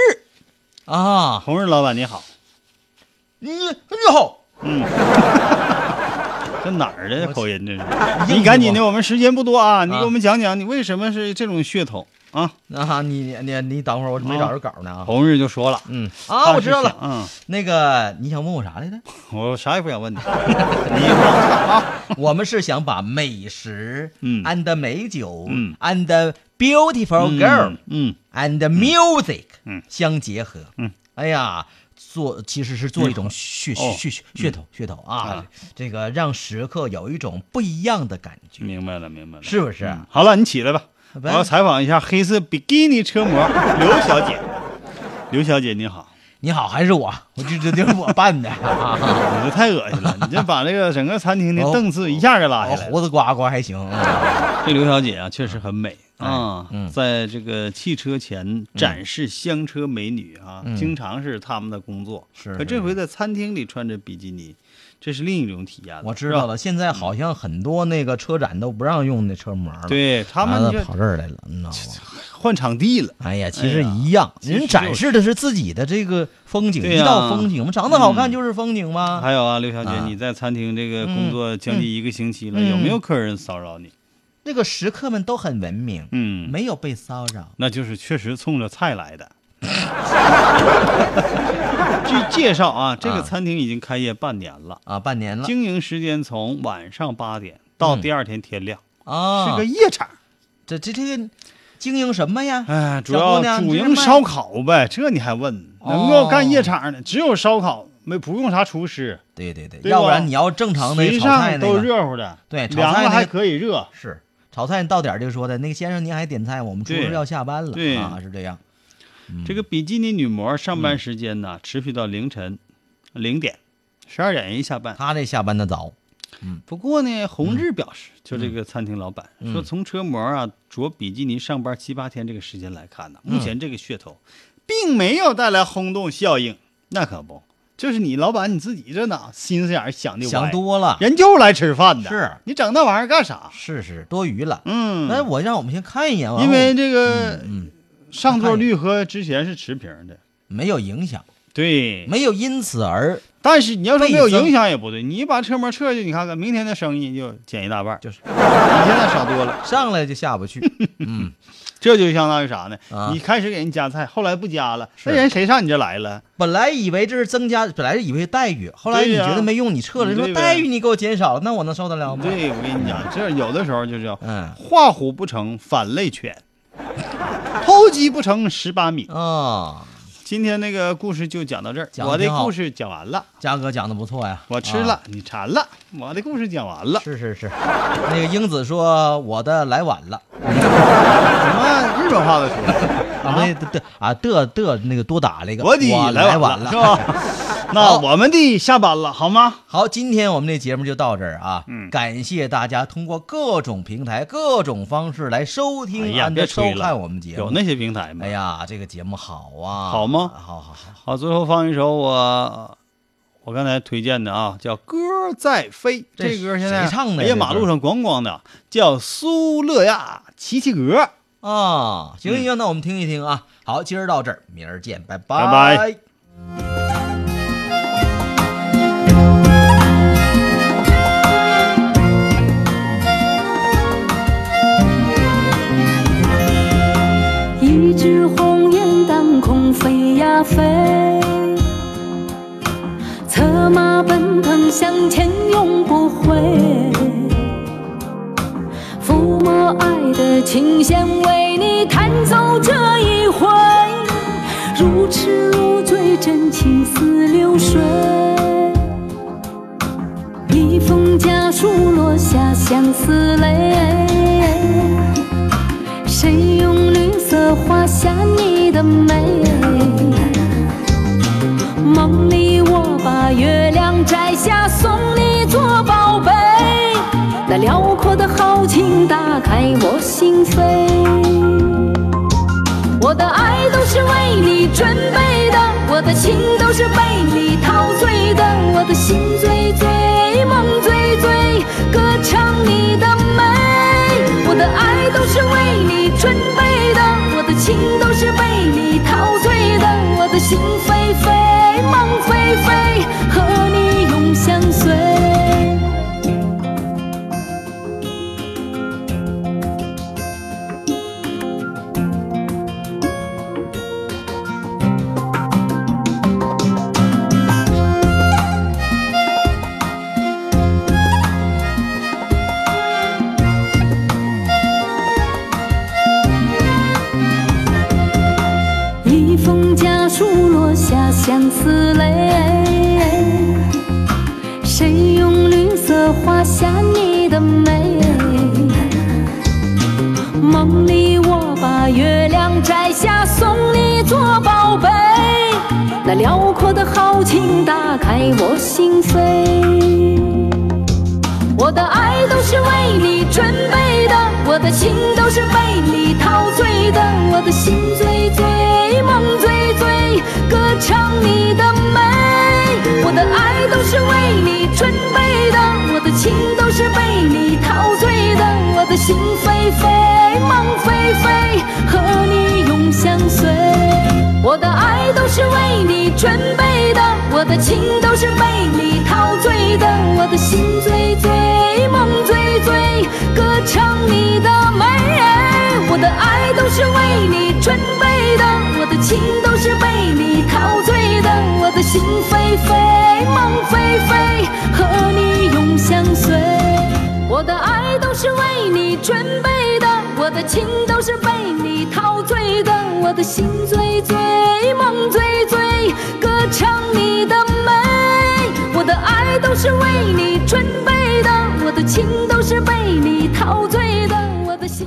S5: 啊，
S4: 红日老板你好，
S5: 你你好，
S4: 这哪儿的口音这是？
S5: 硬
S4: 你赶紧的，
S5: 是吧
S4: 我们时间不多啊，你
S5: 啊
S4: 给我们讲讲你为什么是这种血统啊？
S5: 啊，你你你等会儿，我没找着稿呢啊。
S4: 红日就说了
S5: 嗯啊，我知道了，
S4: 嗯，
S5: 那个你想问我啥来 着？
S4: 我啥也不 想问你，啊
S5: 我们是想把美食，
S4: 嗯
S5: ，and 美酒，
S4: 嗯
S5: ，and beautiful girl、
S4: 嗯，
S5: and music，
S4: 嗯
S5: 相结合，
S4: 嗯，
S5: 哎呀，做其实是做一种噱
S4: 哦
S5: 噱噱噱头噱头啊
S4: 啊，
S5: 这个让食客有一种不一样的感觉，
S4: 明白了明白了，
S5: 是不是？啊
S4: 嗯好了，你起来吧，
S5: 好
S4: 我
S5: 吧
S4: 要采访一下黑色比基尼车 模刘小姐，刘小姐你好。
S5: 你好，还是我，我就这就是我办 的啊，
S4: 你这太恶心 了！你这把这个整个餐厅的
S5: 哦
S4: 档次一下就拉下
S5: 我
S4: 来了。
S5: 胡子刮刮还行，嗯
S4: 这刘小姐啊，确实很美啊
S5: 嗯，
S4: 在这个汽车前展示香车美女啊，
S5: 嗯
S4: 经常是他们的工作。
S5: 是
S4: 可这回在餐厅里穿着比基尼，这是另一种体验了。
S5: 我知道
S4: 是吧。嗯
S5: 了，现在好像很多那个车展都不让用那车模了，
S4: 对他们
S5: 完
S4: 就
S5: 了跑这儿来了，你 知道吗？
S4: 换场地了，
S5: 哎呀，其实一样，
S4: 其实
S5: 人展示的是自己的这个风景，
S4: 对
S5: 一
S4: 呀
S5: 道风景嘛，长得好看
S4: 嗯
S5: 就是风景嘛。
S4: 还有啊，刘嗯小姐
S5: 啊，
S4: 你在餐厅这个工作将近一个星期了，
S5: 嗯
S4: 有没有客人骚扰你？
S5: 那个食客们都很文明，
S4: 嗯，
S5: 没有被骚扰。
S4: 那就是确实冲着菜来 的。据介绍啊，这个餐厅已经开业半年了，
S5: 啊，半年了
S4: 经营时间从晚上八点到第二天天亮，
S5: 啊，
S4: 是个夜场。
S5: 这这这个经营什么呀？
S4: 哎，主
S5: 小姑
S4: 要
S5: 娘
S4: 主
S5: 你这
S4: 营
S5: 卖
S4: 烧烤呗，这你还问？能够干夜场的只有烧烤，没不用啥厨师，
S5: 对对对，
S4: 对
S5: 要不
S4: 吧
S5: 然你要正常的
S4: 谁
S5: 炒菜
S4: 上
S5: 那
S4: 都
S5: 个
S4: 热乎的，
S5: 对炒
S4: 凉
S5: 菜
S4: 了
S5: 那
S4: 还
S5: 个
S4: 可以热。
S5: 是炒菜到点儿就说的，那个先生您还点菜，我们厨师
S4: 对
S5: 要下班了
S4: 对
S5: 啊，是这样。嗯
S4: 这个比基尼女模上班时间呢，持续到凌晨零点，十二点一下班。
S5: 他这下班的早，
S4: 不过呢，洪志表示，就这个餐厅老板
S5: 嗯
S4: 说，从车模啊着比基尼上班七八天这个时间来看
S5: 嗯
S4: 呢，目前这个噱头，并没有带来轰动效应。那可不，就是你老板你自己这哪心思眼儿想的歪
S5: 想，多了，
S4: 人就是来吃饭的，
S5: 是
S4: 你整那玩意儿干啥？
S5: 是是多余了。
S4: 嗯，
S5: 那我让我们先看一眼，完
S4: 因
S5: 后
S4: 为这个
S5: 嗯
S4: 上座率和之前是持平的，
S5: 没有影响，
S4: 对。
S5: 没有因此而
S4: 但是你要说没有
S5: 倍增
S4: 影响也不对，你把车模撤去，你看看明天的生意就减一大半儿，
S5: 就是
S4: 你现在少多了。
S5: 上来就下不去。 嗯，
S4: 这就相当于啥呢？
S5: 啊
S4: 你开始给人加菜，后来不加了，
S5: 是
S4: 那人谁上你这来了？
S5: 本来以为这是增加，本来以为是待遇，后来
S4: 对
S5: 你
S4: 呀
S5: 觉得没用，你撤了，
S4: 对
S5: 说
S4: 呗
S5: 待遇你给我减少了，那我能受得了吗？
S4: 对，我跟你讲，这有的时候就是要
S5: 嗯
S4: 画虎不成反类犬，偷鸡不成蚀把米。
S5: 啊，
S4: 今天那个故事就讲到这儿，
S5: 讲得
S4: 我的
S5: 挺好
S4: 故事讲完了，
S5: 嘉哥讲的不错呀，
S4: 我吃
S5: 啊
S4: 了，你馋了，我的故事讲完了。
S5: 是是是，那个英子说我的来晚了，
S4: 什么日本话都出来 了？
S5: 啊没的啊的的那个多打了一个，
S4: 我的
S5: 来
S4: 晚
S5: 了
S4: 是。吧？ 那我们的下班了，好吗？
S5: 好，今天我们这节目就到这儿啊，
S4: 嗯
S5: 感谢大家通过各种平台、各种方式来收听、
S4: 哎呀，
S5: 按
S4: 别
S5: 收
S4: 吹了，
S5: 看我们节目。
S4: 有那些平台吗？
S5: 哎呀，这个节目好啊，
S4: 好吗
S5: 好好好，
S4: 好，最后放一首我我刚才推荐的啊，叫《歌在飞》。
S5: 这
S4: 这歌现在
S5: 谁唱的呀
S4: 哎呀，
S5: 这歌
S4: 马路上咣咣的，叫苏乐亚琪琪格。
S5: 啊，行行，那我们听一听啊。好，今儿到这儿，明儿见，拜拜
S4: 拜拜
S7: 一只鸿雁当空飞呀飞，策马奔腾向前永不回。抚摸爱的琴弦为你弹奏这一回，如痴如醉，真情似流水。一封家书落下相思泪。谁用绿色画下你的美？梦里我把月亮摘下送你做宝贝，那辽阔的豪情打开我心扉。我的爱都是为你准备的，我的心都是被你陶醉的，我的心醉醉，梦醉醉，歌唱你的美。我的爱都是为你准备的，我的情都是被你陶醉的，我的心飞飞，梦飞飞，和你永相随。一封家书落下相思泪，谁用绿色画下你的美？梦里我把月亮摘下送你做宝贝，那辽阔的豪情打开我心扉。我的爱都是为你准备的，我的情都是被你陶醉的，我的心醉醉，梦醉醉，歌唱你的美。我的爱都是为你准备的，我的情都是被你陶醉的，我的心飞飞，梦飞飞，和你永相随。我的爱都是为你准备的，我的情都是被你陶醉的，我的心醉醉，梦醉醉，歌唱你的美。我的爱都是为你准备的，我的情都是被你陶醉的，我的心飞飞，梦飞飞，和你永相随。我的爱都是为你准备的，我的情都是被你陶醉的，我的心醉醉，梦醉醉，歌唱你的美。我的爱都是为你准备的，我的情都是被你陶醉的，我的心。